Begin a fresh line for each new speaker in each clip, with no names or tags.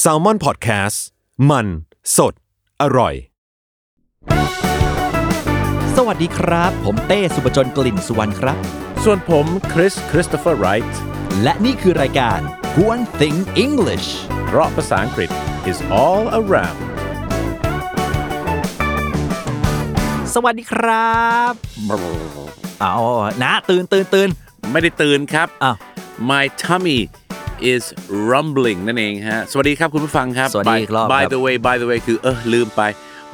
แซลมอนพอดแคสต์มันสดอร่อย
สวัสดีครับ ผมเต้สุปจนกลิ่นสุวรรณครับ
ส่วนผมคริสคริสโตเฟอร์ไรท์
และนี่คือรายการ One Thing English
เพราะภาษาอังกฤษ is all around
สวัสดีครับเอานะตื่นตื่นตื่น
ไม่ได้ตื่นครับ
อ้าว
my tummy is rumbling นั่นเองฮะ สวัสดีครับคุณผู้ฟังครับ
สวัสดี
By-
อีกรอบครับ
by the way by the way คือเออลืมไป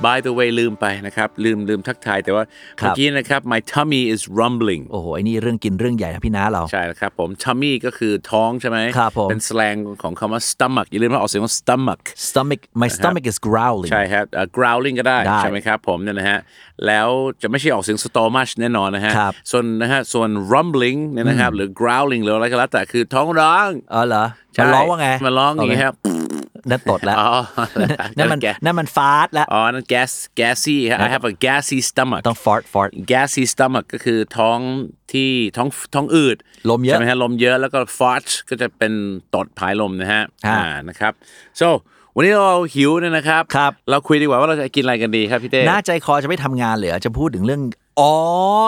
by the way ลืมไปนะครับ ลืมลืมทักทายแต่ว่า
ครับ
เมื่อกี้นะครับ my tummy is rumbling
โอ้โหไอ้นี่เรื่องกินเรื่องใหญ่นะพี่น้าเรา
ใช่แล้วครับผม tummy ก็คือท้องใช่ไหม
ครับผม
เป็นสแลงของคำว่า stomach อย่าลืมว่าออกเสียงว่า stomach
stomach my stomach is growling
ใช่ครับเอ่อ growling ก็ได้
ได้
ใช่ไหมครับผมเนี่ยนะฮะ แล้วจะไม่ใช่ออกเสียง stomach แน่นอนนะฮะ
ครับ
ส่วนนะฮะ ส่วน rumbling เนี่ยนะครับ หรือ growling หรืออะไรก็แล้วแต่คือท้องร้อง
เออเหรอ
ใช่
มันร้องว่าไง
มันร้องอย่างนี้ครับ
นั่นตดแล้ว
อ๋อ
นั่นมัน
แกะ
นั่นมันฟาดแล้ว
อ๋อ นั่น gas gassy ฮะ I have a gassy stomach
ต้อง fart fart
gassy stomach ก็คือท้องที่ท้องท้องอืด
ลมเยอะ
ใช่ไหมฮะลมเยอะแล้วก็ fart ก็จะเป็นตดผายลมนะฮะ
ฮะ
อ่านะครับ so วันนี้เราหิวเนี่ยนะครับ
ครับ
เราคุยดีกว่าว่าเราจะกินอะไรกันดีครับพี่เต้
น่าใจคอจะไม่ทำงานเหลือจะพูดถึงเรื่อง อ๋อ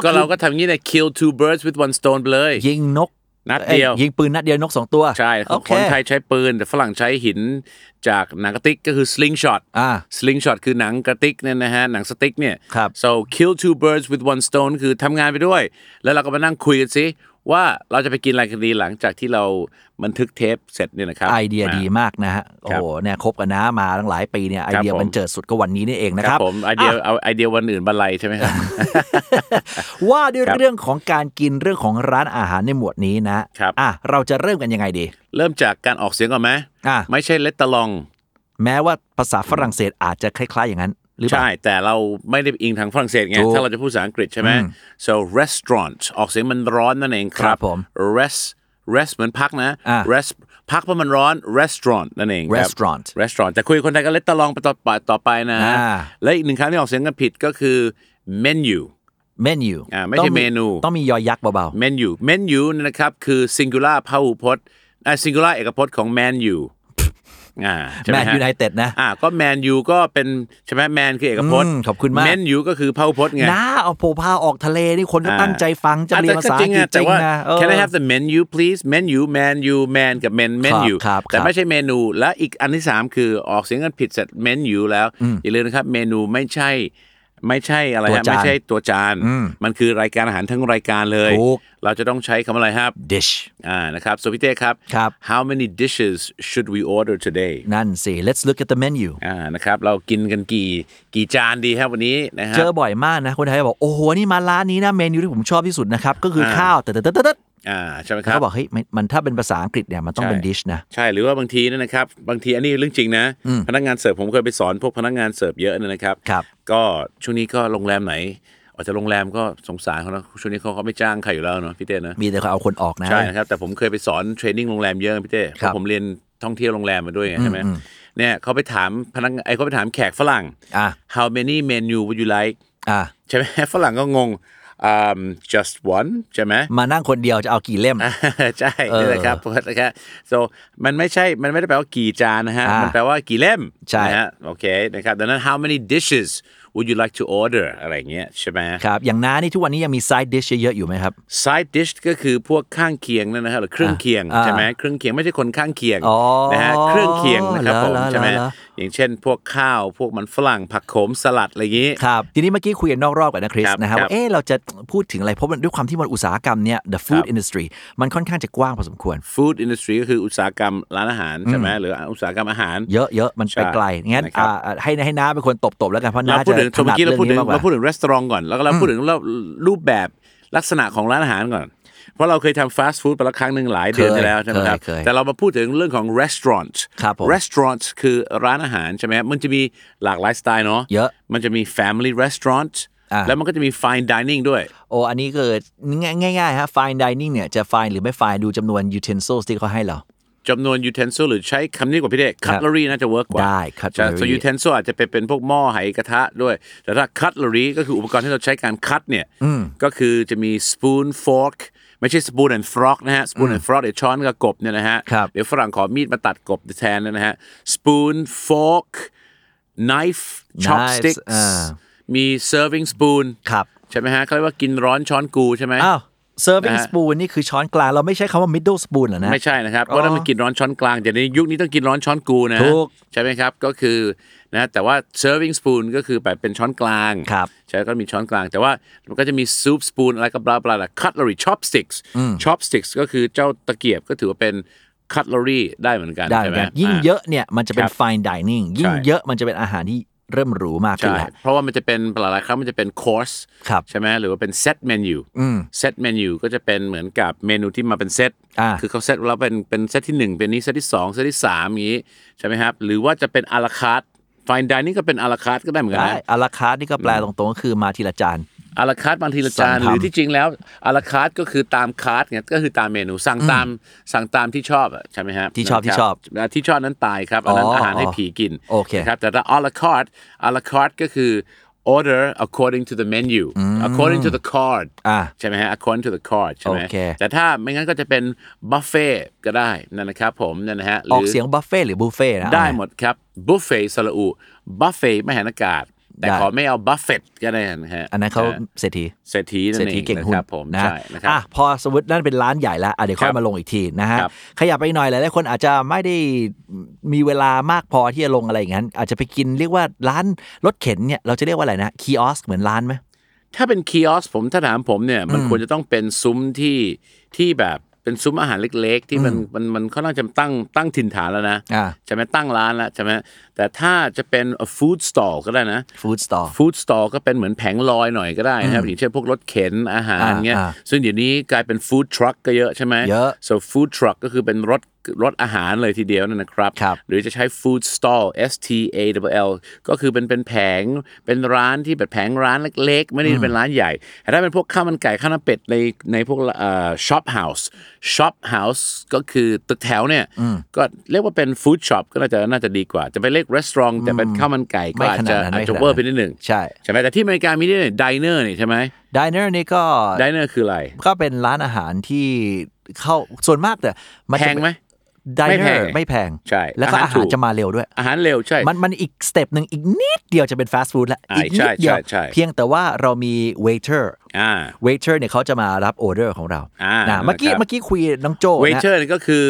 ก็
คือ
เราก็ทำอย่างนี้เนี่ย kill two birds with one stone ไปเลย
ยิงนก
นัดเดียว
อ้ยิงปืนนัดเดียวนกสองตัว
ใช่
โอเค
คนไทยใช้ปืน แต่ฝรั่งใช้หินจากหนังกระติกก็คือ sling shot
อ่า
sling shot คือหนังกระติกเนี่ยนะฮะ หนังสติ๊กเนี่ย
ครับ
so kill two birds with one stone คือทำงานไปด้วย แล้วเราก็มานั่งคุยกันสิว่าเราจะไปกินอะไรกันดีหลังจากที่เราบันทึกเทปเสร็จเนี่ยนะครับ
ไอเดียดีมากนะฮะ โอ้
ครับ
โหเนี่ยคบกันนะมาตั้งหลายปีเนี่ยไอเดีย
ครับผม
บันเจิดสุดก็วันนี้นี่เองนะ
ค
ค
รั
รั
บบผมไอเดีย
อ่ะ
เอาไอเดียวันอื่นบรรลัยใช่ไหมครับ
ว่าด้วยเรื่องของการกินเรื่องของร้านอาหารในหมวดนี้นะครับ อ่ะเราจะเริ่มกันยังไงดี
เริ่มจากการออกเสียงก่อนไหม
อ่ะ
ไม่ใช่เลตตะลอง
แม้ว่าภาษาฝรั่งเศสอาจจะคล้าย ๆ อย่างนั้น หรือเปล่า
ใช่ แต่เราไม่ได้อิงทางฝรั่งเศสไง
ถูก
ถ้าเราจะพูดภาษาอังกฤษใช่ไหม so restaurant ออกเสียงมันร้อนนั่นเองค
ครั
รับ
บผม
rest rest เหมือนพักนะ
อ่า
rest พักเพราะมันร้อน restaurant นั่นเองครับ
Restaurant
restaurant แต่คุยกับคนไทยก็เล็ดตะลองไปต่อไปต่อไปนะ
อ่า
และอีกหนึ่งครั้งที่ออกเสียงกันผิดก็คือ menu
menu
อ่ะไม่ใช่
ต้อง
เมนู
ต้องมียอยักษ์เบา
menu menu เนยนะครับคือ singular พหูพจน์อ่า singular เอกพจน์ของ menu อ่า
ๆ
ใช่ไห
แม
ม
น
ฮะ
ยูไนเต็ดนะ
อ่ะก็แมนยูก็เป็นใช่ไหมแมนคือเอกพจน์
อืมขอบคุณมาก
แมนยูก็คือพาพจน์ไง
น้าเอาโผพาออกทะเลนี่คนก็ตั้งใจฟังจะเรียนภาษาอังกฤษจ
แต่
ริง
ว่า
นะเออ
Can I have the menu please menu menu man กับ men menu
ครับครับ
แต่ไม่ใช่เมนู และอีกอันที่สามคือออกเสียงกันผิดเสร็จ menu แล้วอย่าลืมนะครับเมนูไม่ใช่ไม่ใช่อะไร
ตัว
ฮะ
จาน
ไม่ใช่ตัวจาน มันคือรายการอาหารทั้งรายการเลย
ถูก
เราจะต้องใช้คำอะไรครับ
dish
อ่านะครับโซพิเต้ครับ
ครับ
How many dishes should we order today
นั่นสิ let's look at the menu
อ่านะครับเรากินกันกี่กี่จานดีครับวันนี้นะฮะ
เจอบ่อยมากนะคนไทยบอกโอ้โหนี่มาร้านนี้นะเมนูที่ผมชอบที่สุดนะครับก็คือข้าวแต่แต่แต่แต่
อ่าใช่ไหมครับ
เขาบอกเฮ้ยมันมันถ้าเป็นภาษาอังกฤษเนี่ยมันต้องเป็น
ใช่
ดิชนะ
ใช่หรือว่าบางทีเนยนะครับ บางทีอันนี้เรื่องจริงนะ พนักงานเสิร์ฟผมเคยไปสอนพวกพนักงานเสิร์ฟเยอะเนี่ยนะครับ
ครับ
ก็ช่วงนี้ก็โรงแรมไหนออกจากโรงแรมก็สงสารเขานะช่วงนี้เขาเขาไม่จ้างใครอยู่แล้วเนาะพี่เต้นะ
มีแต่เขาเอาคนออกนะ
ใช่นะครับแต่ผมเคยไปสอนเทรนนิ่งโรงแรมเยอะพี่เต้เพ
ครับ
ราะผมเรียนท่องเที่ยวโรงแรมมาด้วยไงใช่ไหมเนี่ยเขาไปถามพนักงานไอ้ยเขาไปถามแขกฝรั่ง
อ่ะ
how many menu would you like
อ่ะ
ใช่ไหม ฝรั่งก็งงอ่า just one ใช่ไหม
มานั่งคนเดียวจะเอากี่เล่ม
ใช่นี่แหละครับผมนะครับ so มันไม่ใช่มันไม่ได้แปลว่ากี่จานนะฮะ
อ่ามั
มันแปลว่ากี่เล่ม
ใช่
นะฮะโอเคนะครับดังนั้น how many dishes would you like to order อะไรอย่างเงี้ยใช่ไหม
ครับ อย่างน้านี่ทุกวันนี้ยังมี side dish เยอะๆอยู่ไหมครับ
side dish ก็คือพวกข้างเคียงนั่นนะฮะหรือเครื่องเคียง
อ่า
ใช่ไหมเครื่องเคียงไม่ใช่คนข้างเคียง
อ๋อ
นะฮะเครื่องเคียงนะครับ
เหรอ
ผม
เหรอ
ใช่ไหม
เหรอ
อย่างเช่น พวกข้าวพวกมันฝรั่งผักโขมสลัดอะไรอย่างงี้
ครับ ทีนี้เมื่อกี้คุยกันนอกรอบกันนะคริส
ครับ
นะครับ
ครับ
ว่าเอ๊ะเราจะพูดถึงอะไร เพราะมันด้วยความที่มันอุตสาหกรรมเนี่ย the food
ครับ
industry มันค่อนข้างจะกว้างพอสมควร
food industry ก็คืออุตสาหกรรมร้านอาหารใช่ไหมหรืออุตสาหกรรมอาหาร
เยอะๆมันไปไกลงั้น
นะครับ
อ่าให้ให้น้าเป็นคนตบๆแล้วกันเพราะ
เรา
น้า
พูด
จะ
ถึง
ถนั
เมื่อ
ด
กี้
เรื่องนี้มาก
เราพูดถึง
กว่า
เราพูดถึงร้านอาหารก่อน แล้วก็เราพูดถึงรูปแบบลักษณะของร้านอาหารก่อน เพราะเราเคยทำฟาสต์ฟู้ดไปแล้วครั้งหนึ่งหลายเดือนไปแล้วใช่ไหมครับ
เคยเคย
แต่เรามาพูดถึงเรื่องของร้านอาหาร
ครับผม
ร้านอาหารคือร้านอาหารใช่ไหมครับมันจะมีหลากหลายสไตล์เนาะ
เยอะ
มันจะมี family restaurant
อ่า
แล้วมันก็จะมี fine dining ด้วย
โอ้ อันนี้เกิดง่ายๆฮะ fine dining เนี่ยจะ fine หรือไม่ fine ดูจำนวน utensils ที่เขาให้เรา
จำนวน utensil หรือใช้คำนี้กว่าพี่เด็ก cutlery น่าจะเวิร์กกว่า
ได้
ใช่
cutlery
so utensil อาจจะเป็นเป็นพวกหม้อไหกระทะด้วย แต่ถ้า cutlery ก็คืออุปกรณ์ที่เราใช้การคัดเนี่ย ก็คือจะมี spoon fork ไม่ใช่ spoon and frog นะฮะ spoon and frog เดี๋ยวช้อนกับกบเนี่ยนะฮะ
ครับ
เดี๋ยวฝรั่งขอมีดมาตัดกบแทนนะฮะ spoon fork knife chopsticks
อ่า
มี serving spoon
ครับ
ใช่ไหมฮะเขาเรียกว่ากินร้อนช้อนกูใช่ไหม
อ้าว serving
นะฮะ
spoon นี่คือช้อนกลาง เราไม่ใช้คำว่า middle spoon เหรอนะ
ไม่ใช่นะครับ เพราะนั่นมันกินร้อนช้อนกลางแต่ในยุคนี้ต้องกินร้อนช้อนกูนะ
ถูก
ใช่ไหมครับ ก็คือนะแต่ว่า serving spoon ก็คือแบบเป็นช้อนกลาง
ครับ
ใช่ก็มีช้อนกลาง แต่ว่ามันก็จะมี soup spoon อะไรก็บลาบลาล่ะ cutlery chopsticks chopsticks ก็คือเจ้าตะเกียบก็ถือว่าเป็น cutlery ได้เหมือนกัน
ได้
ใช่ไหม
ครับยิ่ง
อ่า
เยอะเนี่ยมันจะเป็น
ครับ
fine dining ยิ่ง
ใช่
เยอะมันจะเป็นอาหารที่เริ่มหรูมากขึ้น
ใช่
แล้ว
เพราะว่ามันจะเป็นหลายๆครั้งมันจะเป็นคอร์ส
ครับ
ใช่ไหมหรือว่าเป็นเซตเมนูเซตเมนูก็จะเป็นเหมือนกับเมนูที่มาเป็นเซต
อ่า
คือเขาเซตแล้วเป็นเป็นเซตที่ 1 เป็นนี้เซตที่ 2 เซตที่3อย่างนี้ใช่ไหมครับ หรือว่าจะเป็นอาราคาร์ดฟายดิเนี่ก็เป็นอาราคาร์ดก็ได้เหมือนกัน
ได้
นะ
อาราคาร์ทนี่ก็แปลตรงๆก็คือมาทีละจาน
อาราคาร์ดบางทีละจาน
สั่ง
ห
ทำ
รือที่จริงแล้วอาราคาร์ดก็คือตามคาร์ดเนี่ยก็คือตามเมนูสั่งตามสั่งตามที่ชอบอะใช่ไหมครับ
ที่ชอบที่ชอบ
าที่ชอบนั้นตายครับอันนั้น
อ๋ออ๋อ
อา
อ๋อ
หารให้ผีกิน
โอเค
นะ ครับแต่ถ้า a la carte a la carte ก็คือ order according to the menu according to the card
อ่า
ใช่ไหมฮะ according to the card ใช่ไหม
โอเค
แต่ถ้าไม่งั้นก็จะเป็นบุฟเฟ่ก็ได้นั่นนะครับผมนั่นนะฮะหรื
ออกเสียงบัฟเฟ่หรือบุฟเฟ่นะ
ได้หมดครับบุฟเฟ่สระอุบุฟเฟ่ไม่แหนอากาศ แต่
ได้
ขอไม่เอาบุฟเฟ่ก็ได้นะฮะ
อันนั้นเขา
ะฮะ
เศรษฐี
เศรษฐีนั่น
เศรษ
เอ
ฐี
ง
เก่ง
นะ
หุ้น
ครับผม
นะ
ใช่นะครับ
อ่ะพอสมมตินั่นเป็นร้านใหญ่แล้วอ่ะเดี๋ยวค่อ
ค
ย
รับ
มาลงอีกทีนะฮะ
ครับ
ขยับไปอีกหน่อยหลายๆคนอาจจะไม่ได้มีเวลามากพอที่จะลงอะไรอย่างนั้น อาจจะไปกินเรียกว่าร้านรถเข็นเนี่ยเราจะเรียกว่าอะไรนะคีออสเหมือนร้านไหม
ถ้าเป็นคีออสผมถ้าถามผมเนี่ยมันควรจะต้องเป็นซุ้มที่ที่แบบเป็นซุ้มอาหารเล็ก ๆ ที่มันมันมันค่อนข้างจะตั้งตั้งถิ่นฐานแล้วนะ
อ่า
ใช่ไหมตั้งร้านแล้วใช่ไหมแต่ถ้าจะเป็น food stall ก็ได้นะ
ฟู้ดสตอร์
ฟู้ดสตอร์ก็เป็นเหมือนแผงลอยหน่อยก็ได้นะครับอย่างเช่นพวกรถเข็นอาหารเงี้ย
อ่า
ซึ่งเดี๋ยวนี้กลายเป็นฟู้ดทรัคก็เยอะใช่ไหม
เยอะ
so food truck ก็คือเป็นรถรถอาหารเลยทีเดียวนั่นนะครับ
ครับ
หรือจะใช้ food stall S T A L L ก็คือเป็นเป็นแผงเป็นร้านที่แบบแผงร้านเล็กๆ ไม่ได้เป็นร้านใหญ่ แต่ถ้าเป็นพวกข้าวมันไก่ข้าวหน้าเป็ดในในพวกเอ่อ shop house shop house ก็คือตึกแถวเนี่ยก็เรียกว่าเป็น food shop ก็น่าจะน่าจะดีกว่า จะไปเรียก restaurant แต่เป็นข้าวมันไก่ก็อาจจะ
ไม่ขนาดนั้น
อาจจะ
ไม่ขนาดนั้น
เวอร์ไปนิดหนึ่ง
ใช่
ใช่ไหมแต่ที่อเมริกามีนี่เนี่ยดิเนอร์นี่ใช่ไหม
ดิเนอร์นี่ก็
ดิเนอร์คืออะไร
ก็เป็นร้านอาหารที่เข้าส่วนมากแต่มัน
แพงไหม
ดิ
ไม่
เน
แพ
อง ร์ไม่แพง
ใช่
แล้วก็
อา
อา
หาร
หาร
ถูก
จะมาเร็วด้วย
อาหารเร็วใช่
มันมันอีกสเต็ปหนึ่งอีกนิดเดียวจะเป็นฟาสต์ฟู้ดละ
อ่า
อีก
ใช่
นิดเดียว
ใช่ใช่
เพียงแต่ว่าเรามีเวเ e อร์
อ่า
เวเ e อร์เนี่ยเขาจะมารับออเดอร์ของเรา
อ่า
นะเมื่อกี้
นะครับ
เมื่อกี้คุยน้องโจ
เว
นะ
เชอร์นี่ก็คือ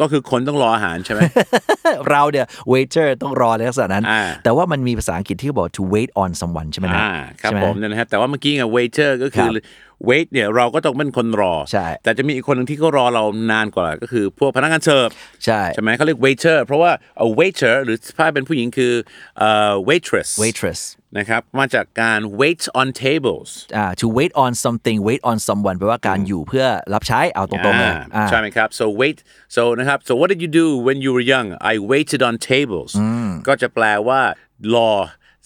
ก็คือคนต้องรออาหารใช่ไหม
เราเนี่ยเวเ e อร์ต้องรอในลักษณะนั้น
อ่า
แต่ว่ามันมีภาษาอังกฤษที่เขาบอก to wait on someone ใช่ไหมนะ
อ่าครับ
ใช่ไห
ผมเนี่ยนะฮะแต่ว่าเมื่อกี้ไงเวเชอร์ก็คือ
ครับ
เวทเนี่ยเราก็ต้องเป็นคนรอ
ใช่
แต่จะมีอีกคนหนึ่งที่เขารอเรานานกว่าก็คือพวกพนักงานเสิร์ฟ
ใช่
ใช่ไหมเขาเรียก waiter เพราะว่า a waiter หรือถ้าเป็นผู้หญิงคือเอ่อ waitress
waitress
นะครับมาจากการ wait on tables
อ่า to wait on something wait on someone แปลว่าการอยู่เพื่อรับใช้เอาตรงๆเลย
อ่า
อ่า
ใช่ไหมครับ so wait so นะครับ so what did you do when you were young I waited on tables ก็จะแปลว่ารอ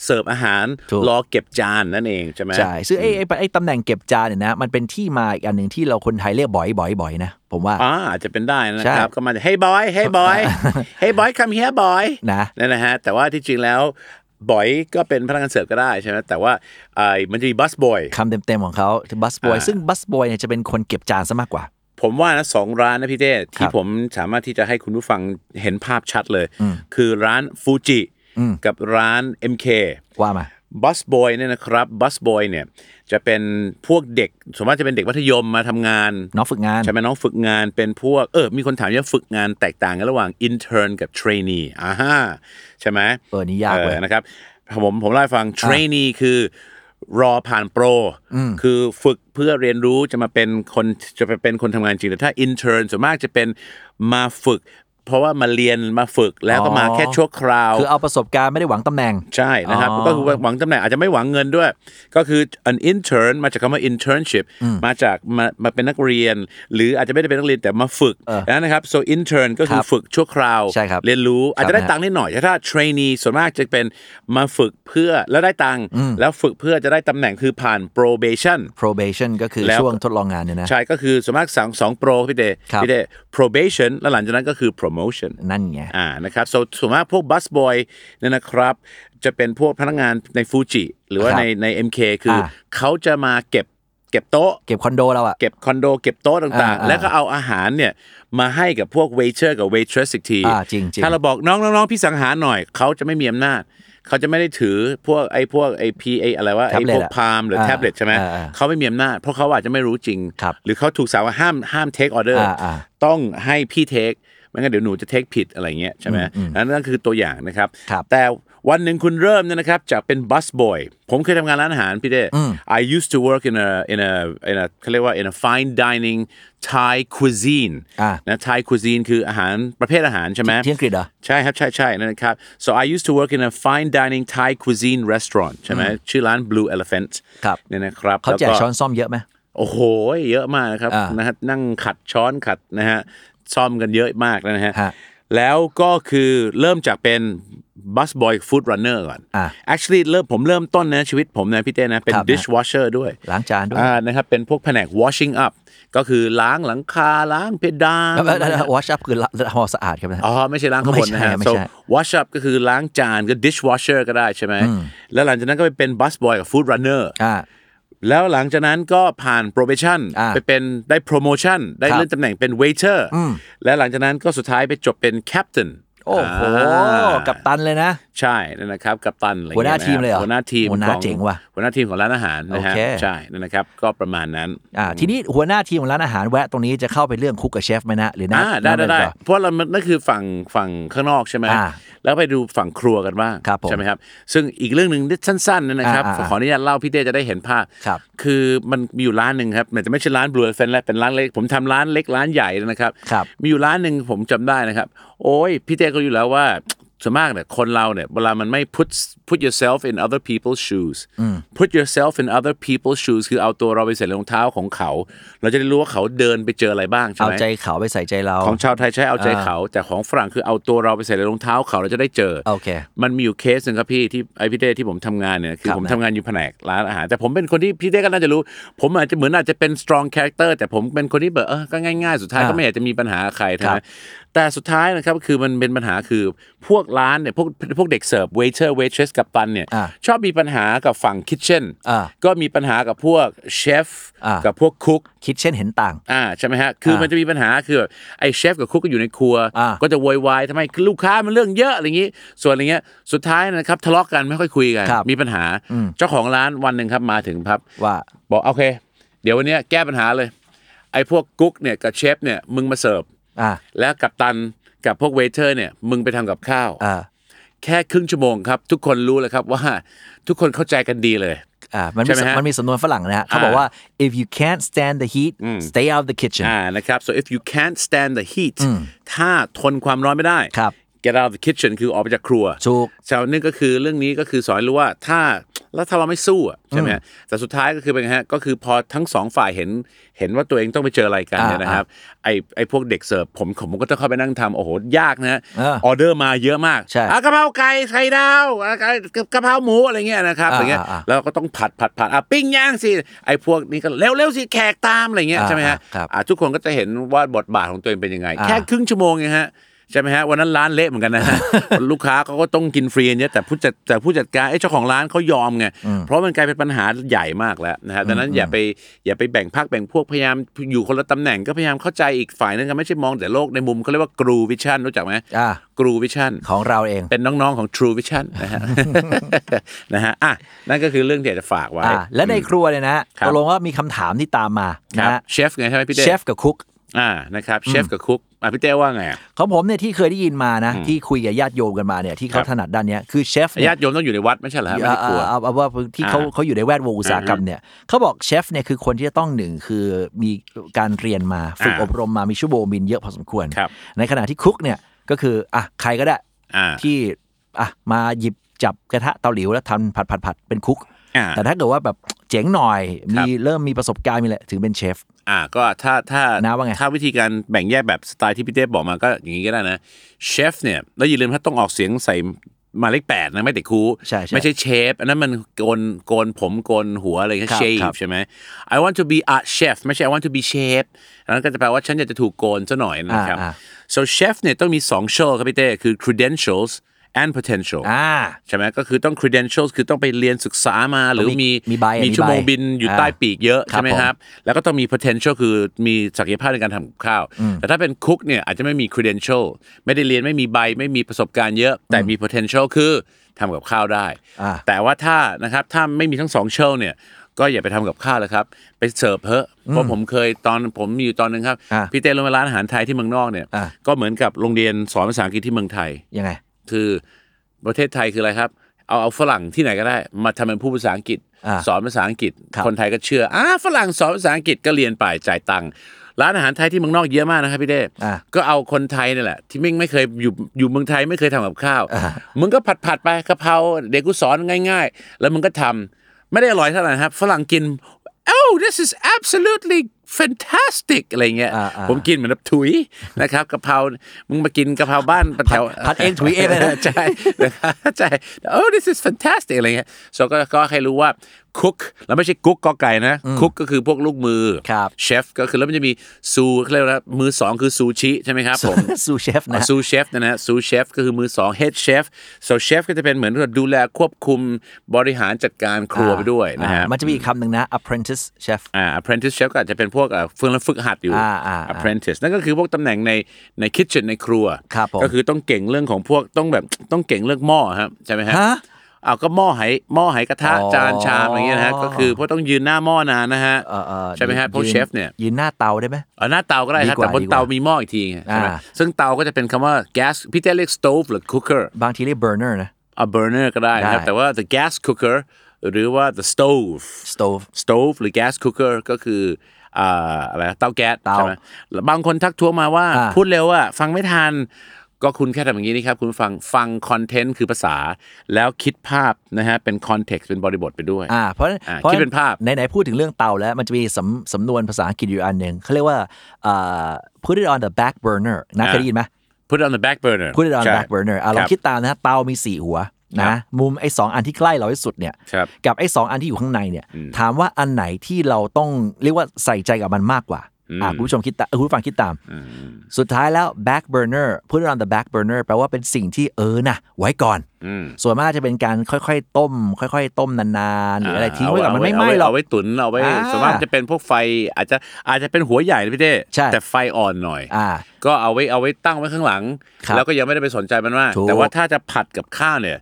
เสิร์ฟอาหาร
ถูก
รอเก็บจานนั่นเองใช่ไหม
ใช่ซึ่งไอ้ไอ้ไอ้ตำแหน่งเก็บจานเนี่ยนะ มันเป็นที่มาอีกอันหนึ่งที่เราคนไทยเรียกบ่อยบ่อยบ่อยนะ ผมว่า
อ่าอาจจะเป็นได้นะ
ใช่
ครับ ก็มาจาก hey boy hey boy hey boy come here boy
นะ
นั่นนะฮะ แต่ว่าที่จริงแล้วบอยก็เป็นพนักงานเสิร์ฟก็ได้ใช่ไหมแต่ว่าไอ้มันจะมีบัสบอย
คำเต็มๆของเขาบัสบอยซึ่งบัสบอยเนี่ยจะเป็นคนเก็บจานซะมากกว่า
ผมว่านะสองร้านนะพี่เต้ที่ผมสามารถที่จะให้คุณผู้ฟังเห็นภาพชัดเลย คือร้านฟูจิกับร้าน MK
ว่ามา
บัสบอยเนี่ยนะครับบัสบอยเนี่ยจะเป็นพวกเด็กส่วนมากจะเป็นเด็กมัธยมมาทำงาน
น้องฝึกงาน
ใช่ไหมน้องฝึกงานเป็นพวกเออมีคนถามเยอะฝึกงานแตกต่างกันระหว่าง intern กับ trainee อ่าฮะใช่ไหม
เออนี่ยากเว้ย
ออนะครับผมผมเล่าให้ฟัง trainee คือรอผ่านโปร คือฝึกเพื่อเรียนรู้จะมาเป็นคนจะไปเป็นคนทำงานจริงแต่ถ้า intern ส่วนมากจะเป็นมาฝึก เพราะว่ามาเรียนมาฝึกแล้วก็มาแค่ชั่วคราว
คือเอาประสบการณ์ไม่ได้หวังตำแหน่ง
ใช่นะครับ
อ๋อ
ก็คือหวังตำแหน่งอาจจะไม่หวังเงินด้วย ก็คือ an intern มาจากคำว่า internship มาจากมามาเป็นนักเรียน หรืออาจจะไม่ได้เป็นนักเรียนแต่มาฝึกนะครับ so intern ก็คือ
ครับ
ฝึกชั่วคราว
ใช่ครับ
เรียนรู้อาจจะได้
นะฮะ
ตังค์นิดหน่อยแต่ถ้า trainee ส่วนมากจะเป็นมาฝึกเพื่อแล้วได้ตังค์แล้วฝึกเพื่อจะได้ตำแหน่งคือผ่าน probation
probation ก็คือ
แล้ว
ช่วงทดลองงานเนี่ยนะ
ใช่ก็คือส่วนมากสองสองโปรพี่เด
ครับ
พี่เด probation แล้วหลังจากนั้นก็คือ promotion
นั่นไง
อ่านะครับ so ส่วนมากพวกบัสบอยเนี่ยนะครับ จะเป็นพวกพนักงานในฟูจิหรือว่า
ครับ
ในใน MK คืออา เขาจะมาเก็บ เก็บโต๊ะ
เก็บคอนโดเราอะ
เก็บคอนโดเก็บโต๊ะต่าง
อ่า
ๆ
อ่า
แล้วก็เอาอาหารเนี่ยมาให้กับพวกเวเชอร์กับเวทเทรสอีกที
อ่าจริงๆ
ถ้าเราบอกน้องน้องๆพี่สังหารหน่อยเขาจะไม่มีอำนาจเขาจะไม่ได้ถือพวกไอ้พวกไอ้พีไอ้อะไรว่าไอ้พวก
Tablet อะ
พามหรืออา แท็บเล็ตใช่ไหม
อ่าอ่า
เขาไม่มีอำนาจเพราะเขาอาจจะไม่รู้จริง
ครับ
หรือเขาถูกสาวว่าห้ามห้ามเทคออเดอร์
อ่าอ่า
ต้องให้พี่เทคไม่งั้นเดี๋ยวหนูจะเทคผิดอะไรเงี้ยใช่ไหมอันนั่นคือตัวอย่างนะครับ
ครับ
แต่วันหนึ่งคุณเริ่มเนี่ยนะครับจากเป็นบัสบอยผมเคยทำงานร้านอาหารพี่เด้ I used to work in a in a in a เขาเรียกว่า in a fine dining Thai cuisine
อ่า
นะ Thai cuisine คืออาหารประเภทอาหารใช่ไหม
ที่อังกฤษเหรอ
ใช่ครับใช่ใช่นั่นนะครับ so I used to work in a fine dining Thai cuisine restaurant ใช่ไหมชื่อร้าน Blue Elephant
ครับ
เนี่ยนะครับ
เขาแจก
ล้ว
ช้อนซ่อมเยอะไหม
โอ้โห เยอะมากนะครับ
อ่าน
นะฮะนั่งขัดช้อนขัดนะฮะซ่อมกันเยอะมากนะฮะ
ฮะ
แล้วก็คือเริ่มจากเป็นบัสบอยฟู้ดรันเนอร์ก่อน
อ่ะ
actually เริ่มผมเริ่มต้นนะชีวิตผมนะพี่เต้นะ เป็น
ครับ
dishwasher ด้วย
ล้างจานด้วย
อ่านะครับเป็นพวกแผนก washing up ก็คือล้างหลังคาล้างเพดาน
วอชอัพคือละละหอสะอาดครับนะ
อ๋อ ไม่ใช่ล้างข้างบนนะฮะ
ไม่ใช่
so
ไม่ใช่
wash up ก็คือล้างจานก็ dishwasher ก็ได้ใช่ไหมแล้วหลังจากนั้นก็ไปเป็นบัสบอยกับฟู้ดรันเนอร์
อ่า
แล้วหลังจากนั้นก็ผ่าน probation
อ่า
ไปเป็นได้ promotion ได้
ครับ
เลื่อนตำแหน่งเป็น waiter และหลังจากนั้นก็สุดท้ายไปจบเป็น captain
โอ้โห
อ่า
กับตันเลยนะ
ใช่นั่นนะครับ กัปตันอะไรอย่งงี้
หัวหน้าทีมเลยเหรอ
หัวหน้าทีม
หัวหน้า
ของ
เจ๋งว่ะ
หัวหน้าทีมของร้านอาหารนะฮะ
โอเค
ใช่นั่นนะครับ ก็ประมาณนั้น
อ่าทีนี้หัวหน้าทีมของร้านอาหารแวะตรงนี้จะเข้าไปเรื่องคุกกับเชฟไหมนะหรือนะ
อ่าได้ได้
นั่น
ได้
เป็นต่อ
เพราะเรามันนั่นคือฝั่งฝั่งข้างนอกใช่ไหม
อ่า
แล้วไปดูฝั่งครัวกันบ้าง
ครับผม
ใช่ไหมครับ ซึ่งอีกเรื่องหนึ่งสั้นๆนะครับ
อ่าอ่าอ่า
ขออนุญาตเล่าพี่เต้จะได้เห็นภาพ
ครับ
คือมันมีอยู่ร้านหนึ่งครับมันจะไม่ใช่ร้านบลูเฟนแล้วเป็นร้านเล็กผมทำร้านเล็กร้านใหญ่นะครับ
ครับ
มีอยู่ร้านหนึ่งผมจำได้นะครับ โอ้ยพี่เต้ก็อยู่แล้วว่า ส่วนมากเนี่ยคนเราเนี่ยเวลามันไม่ put put yourself in other people's shoes put yourself in other people's shoes คือเอาตัวเราไปใส่รองเท้าของเขา เราจะได้รู้ว่าเขาเดินไปเจออะไรบ้างใช่
เอา
ไหม
ใจเขาไปใส่ใจเรา
ของชาวไทยใช้เอาใจเขา แต่ของฝรั่งคือเอาตัวเราไปใส่ในรองเท้าเขาเราจะได้เจอ
โอเค
มันมีอยู่เคสหนึ่งครับพี่ที่ไอพี่เต้ที่ผมทำงานเนี่ยคื
ค
อ
รับ
ผมทำงานอยู่แผนกร้านอาหาร แต่ผมเป็นคนที่พี่เต้ก็น่าจะรู้ ผมอาจจะเหมือนอาจจะเป็น strong character แต่ผมเป็นคนที่แบบเออก็ง่ายๆ สุดท้าย
อ่า
ก็ไม่อยากจะมีปัญหากับใคร
ครับ
นะแต่สุดท้ายนะครับคือมันเป็นปัญหาคือพวกร้านเนี่ยพวกพวกเด็กเสิร์ฟ waiter waitress กับตันเนี่ย
อ่า
ชอบมีปัญหากับฝั่ง kitchen
อ่า
ก็มีปัญหากับพวกเชฟ
อ่ากั
กับพวกคุก
คิดเช่นเห็นต่าง
อ่าใช่ไหมฮะ คือมันจะมีปัญหาคือแบบไอ้เชฟกับคุกก็อยู่ในครัว
อ่า
ก็จะโวยวายทำไมลูกค้ามันเรื่องเยอะอะไรอย่างนี้ ส่วนอะไรเงี้ย สุดท้ายนะครับทะเลาะกันไม่ค่อยคุยกัน
ครับ
มีปัญหา เจ้าของร้านวันหนึ่งครับมาถึงครับ
ว่า
บอกโอเค เดี๋ยววันเนี้ยแก้ปัญหาเลย ไอ้พวกกุ๊กเนี่ยกับเชฟเนี่ยมึงมาเสิร์ฟ
อ่า
แล้วกับตันกับพวกเวเทอร์เนี่ยมึงไปทำกับข้าว
อ่า
แค่ครึ่งชั่วโมงครับ ทุกคนรู้เลยครับว่าทุกคนเข้าใจกันดีเลย
อ่ามัน
ใช่
มี
ไหมฮะ
มันมีสำนวนฝรั่งนะฮะเขาบอกว่า if you can't stand the heat stay out of the kitchen
อ่านะครับ so if you can't stand the heat ถ้าทนความร้อนไม่ได้
ครับ
get out of the kitchen คือออกไปจากครัว
ถูก
ชาวนี่ก็คือเรื่องนี้ก็คือสอนให้รู้ว่าถ้าแล้วถ้าเราไม่สู้อะใช่ไหมฮะแต่สุดท้ายก็คือเป็นไงฮะก็คือพอทั้งสองฝ่ายเห็นเห็นว่าตัวเองต้องไปเจออะไรกันเนี่ย
อ่า
นะครับไอไอพวกเด็กเสิร์ฟผมผมก็จะเข้าไปนั่งทำโอ้โหยากนะฮะ
เออ
ออเดอร์มาเยอะมาก
ใช่
อ่ะกะเพราไก่ไข่ดาวอ่ะกะกะเพราหมูอะไรเงี้ยนะครับ
อ่า
อย่างเงี้ย
อ่าอ่า
แล้วก็ต้องผัดผัดผัดอ่ะปิ้งย่างสิไอพวกนี้ก็เร็วเร็วสิแขกตามอะไรเงี้ย
อ่า
ใช่ไหมฮะ
อ่าครับ
อ่ะทุกคนก็จะเห็นว่าบทบาทของตัวเองเป็นยังไง
อ่า
แค่ครึ่งชั่วโมงเองฮะใช่ไหมฮะวันนั้นร้านเละเหมือนกันนะฮะ ลูกค้าเขาก็ต้องกินฟรีเนี่ยแต่ผู้จัดแต่ผู้จัดการไอ้ยเจ้าของร้านเขายอมไงเพราะมันกลายเป็นปัญหาใหญ่มากแล้วนะฮะดังนั้นอย่าไปอย่าไปแบ่งพักแบ่งพวกพยายามอยู่คนละตำแหน่งก็พยายามเข้าใจอีกฝ่ายนึงกันไม่ใช่มองแต่โลกในมุมเขาเรียกว่ากรูวิชั่นรู้จักไหม
อ่าก
รูวิชั่น
ของเราเอง
เป็นน้องๆของ True Vision นะฮ ะ นะฮะอ่ะนั่นก็คือเรื่องที่อยากจะฝากไว้
อ่าและในครัวเนี่ยนะฮะ
ครับ
ตกลงว่ามีคำถามที่ตามมา
ค
นะ
รับ
ฮะ
เชฟไงใช่ไหมพี่เต้
เชฟกับคุก
อ่านะครับเชฟกับคุกอ่ะพี่เต้ว่าไงอ่ะ
ของผมเนี่ยที่เคยได้ยินมานะ ที่คุยกับญาติโยมกันมาเนี่ยที่
ค
เขา
รับ
ถนัดด้านเนี้ยคือเชฟเนี่
ญาย ติโยมต้องอยู่ในวัดไม่ใช่เหรอฮะไม่
เอา
ใช่ครัว
เอาเอาเอาว่าที่เขา
อ่า
เขาอยู่ในแวดวงอุตสาหกรรมเนี่ยเขาบอกเชฟเนี่ยคือคนที่จะต้องหนึ่งคือมีการเรียนมาฝึก
อ่า
อบรมมามีชั่วโมงบินเยอะพอสมควร
ครับ
ในขณะที่คุกเนี่ยก็คืออ่ะใครก็ได้
อ่า
ที่อ่ะมาหยิบจับกระทะเตาหลิวแล้วทำผัดผัดผัดเป็นคุก
อ่า
แต่ถ้าเกิดว่าแบบเจ๋งหน่อย
ครับ
มีเริ่มมีประสบการณ์มีแหละถึงเป็นเชฟ
อ่าก็ถ้าถ้า
น้าว่าไง
ถ้าวิธีการแบ่งแยกแบบสไตล์ที่พี่เต้บอกมาก็อย่างนี้ก็ได้นะเชฟเนี่ยแล้วอย่าลืมถ้าต้องออกเสียงใส่หมายเลขแปดนะไม่ติดคู
ใช่ใช่
ไม่ใช่เชฟอันนั้นมันโกนโกนผมโกนหัวอะไรแค่
ครับ
เชฟ
ครับ
ใช่ไหม I want to be a chef ไม่ใช่ I want to be chef อันนั้นก็จะแปลว่าฉันอยากจะถูกโกนซะหน่อยนะครับ
อ่าอ่า
so chef เนี่ยต้องมีสองโชว์ครับพี่เต้คือ credentials and potential
อ่า
ใช่ไหมก็คือต้อง credentials คือต้องไปเรียนศึกษามาหรือมี
มีใบอ่ะ
มี
มีใบ
ชั่วโมงบินอยู่
อ่า
ใต้ปีกเยอะ
ครั
ใช่
บ
ไหม
ผม
ครับ แล้วก็ต้องมี potential คือมีศักยภาพในการทำกับข้าว แต่ถ้าเป็นคุกเนี่ยอาจจะไม่มี credential ไม่ได้เรียนไม่มีใบไม่มีประสบการณ์เยอะ แต่มี potential คือทำกับข้าวได้
อ่า
แต่ว่าถ้านะครับถ้าไม่มีทั้งสองเชลเนี่ยก็อย่าไปทำกับข้าวเลยครับ ไปเสิร์ฟเพอะเพราะผมเคยตอนผมมีอยู่ตอนหนึ่งครับ
อ่ะ
พี่เต้ลงไปร้านอาหารไทยที่เมืองนอกเนี่ย
อ่ะ
ก็เหมือนกับโรงเรียนสอนภาษาอังกฤษที่เมืองไทย
ยังไง
คือประเทศไทยคืออะไรครับ เอาเอาฝรั่งที่ไหนก็ได้ มาทำเป็นผู้ภาษาอังกฤษ
อ่า
สอนภาษาอังกฤษ
ครับ
คนไทยก็เชื่ออ่าฝรั่งสอนภาษาอังกฤษก็เรียนไปจ่ายตังค์ร้านอาหารไทยที่เมืองนอกเยอะมากนะครับพี่เด้
อ่า
ก็เอาคนไทยนี่แหละ ที่ไม่ไม่เคยอยู่อยู่เมืองไทยไม่เคยทำกับข้าว
อ่า
มึงก็ผัดผัดๆไปกะเพราเด็กกูสอนง่าย ๆ แล้วมึงก็ทำไม่ได้อร่อยเท่าไหร่นะครับฝรั่งกิน oh this is absolutely fantastic อะไรเงี้ย
อ่าอ่า
ผมกินเหมือนแบบถุยนะครับกะเพรามึงมากินกะเพราบ้านแถว
ผัดเองถุยเองเลยนะ
ใช่ นะครับใช่โอ้ this is fantastic อะไรเงี้ย so ก็ก็ให้รู้ว่าคุกแล้วไม่ใช่กุ๊กกอไก่นะคุกก็คือพวกลูกมือ
ครับ
เชฟก็คือแล้วมันจะมีซูเขาเรียกว่ามือสองคือซูชิใช่ไหมครับผม
ซูเชฟนะ
ซูเชฟนะฮะซูเชฟก็คือมือสองเฮดเชฟ so เชฟก็จะเป็นเหมือนกับดูแลควบคุมบริหารจัดการครัวไปด้วยนะฮะ
อ่ามันจะมีอีกคำหนึ่งนะ apprentice chef
อ่า apprentice chef ก็อาจจะเป็นพวกอ่าฝึกและฝึกหัดอยู่
อ่าอ่าอ่า
apprentice นั่นก็คือพวกตำแหน่งในใน kitchen ในครัว
ครับผม
ก็คือต้องเก่งเรื่องของพวกต้องแบบต้องเก่งเรื่องหม้อครับใช่ไหมฮะ
ฮะ
เอาก็หม้อไหหม้อไหกระทะ
อ๋อ
จานชามอะไรเงี้ยนะฮะก็คือเพราะต้องยืนหน้าหม้อนานนะฮะ
เอ่อเอ่อ
ใช่ไหมฮะพวก
ยื
เชฟเนี่ย
ยืนหน้าเตาได้ไหม
เอาหน้าเตาก็ได้ครับ
ดีกว่า
แต่บน
ดีกว่า
เตามีหม้ออีกทีไงใช่ไหม
อ่า
ซึ่งเตาก็จะเป็นคำว่า gas พี่เต้เรียก stove หรือ cooker
บางทีเรียก burner นะ
เอา burner ก็ได้นะครับ
ได้
แต่ว่า the gas cooker หรือว่า the stove
stove
สโตฟหรือแก๊สคุกเกอร์ก็คืออ่าอะไรนะเตาแก๊ส
เตา
ใช่ไหมแล้วบางคนทักท้วงมาว่า
อ่า
พูดเร็วอะฟังไม่ทัน ก็คุณแค่ทำอย่างนี้นี่ครับ คุณฟังฟังคอนเทนต์คือภาษา แล้วคิดภาพนะฮะ เป็นคอนเท็กซ์เป็นบริบทไปด้วย
่าเพราะ
อ่า
เพราะ
คิดเป็นภาพ
ไหนๆพูดถึงเรื่องเตาแล้วมันจะมีสำสำนวนภาษาอังกฤษอยู่อันหนึ่งเขาเรียกว่าอ่า put it on the back burner นะเคยได้ยินไหม
put it on the back burner
put it on
ใช่
back burner อ่ะลอ
รั
ง
บ
คิดตามนะฮะเตามีสี่หัว
ครั
นะ
บ
มุมไอ้สองอันที่ใกล้เราที่สุดเนี่ย
ครับ
กับไอ้สองอันที่อยู่ข้างในเนี่ยถามว่าอันไหนที่เราต้องเรียกว่าใส่ใจกับมันมากกว่าอ่ะคุณผู้ชมคิดตามเออคุณผู้ฟังคิดตาม สุดท้ายแล้ว back burner put it on the back burner แปลว่าเป็นสิ่งที่เออนะไว้ก่อน
อืม
ส่วนมากจะเป็นการค่อยๆต้ม ค่อยๆ ต้มนานๆหรืออะไรทิ้งไว้ก่อนมันไม่ไหม้หรอก
เอาไว้ตุนเอาไว้
อ่า
ส่วนมากจะเป็นพวกไฟอาจจะอาจจะเป็นหัวใหญ่นะพี่เต้
ใช่
แต่ไฟอ่อนหน่อย
อ่า
ก็เอาไว้เอาไว้ตั้งไว้ข้างหลัง
ครับ
แล้วก็ยังไม่ได้ไปสนใจมันว่าก
ถูก
แต่ว่าถ้าจะผัดกับข้าวเนี่ย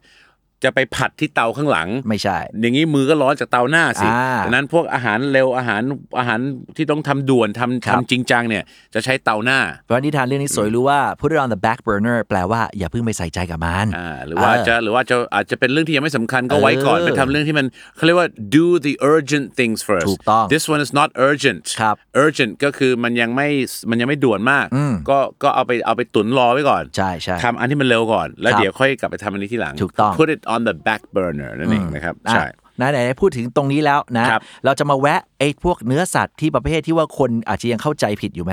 จะไปผัดที่เตาข้างหลัง
ไม่ใช่
อย่างนี้มือก็ร้อนจากเตาหน้าสิ
อ่า
ดังนั้นพวกอาหารเร็วอาหารอาหารที่ต้องทำด่วนทำ
ครั
ทำ
บ
จริงจังเนี่ย จะใช้เตาหน้า
เพราะนิทานเรื่องนี้สวยรู้ว่า put it on the back burner แปลว่าอย่าเพิ่งไปใส่ใจกับมัน
อ่าหรือว่า
เออ
จะหรือว่าจะอาจจะเป็นเรื่องที่ยังไม่สำคัญก็
เออ
ไว้ก่อนไปทำเรื่องที่มันเขาเรียกว่า do the urgent things first
ถูกต้อง
this one is not urgent
ครับ
urgent ก็คือมันยังไม่มันยังไม่ด่วนมาก ก็ก็เอาไปเอาไปตุนรอไว้ก่อน
ใช่ใช่
ทำอันที่มันเร็วก่อน แล้ว
ครับ
เดี๋ยวค่อยกลับไปทำอันนี้ที่หลัง
ถูกต้อง
put it on the back burner นั่นเองนะครับ
อ่ะ
ใช่
นะไหนๆพูดถึงตรงนี้แล้วนะ
ครับ
เราจะมาแวะไอ้พวกเนื้อสัตว์ที่ประเภทที่ว่าคนอาจจะยังเข้าใจผิดอยู่ไหม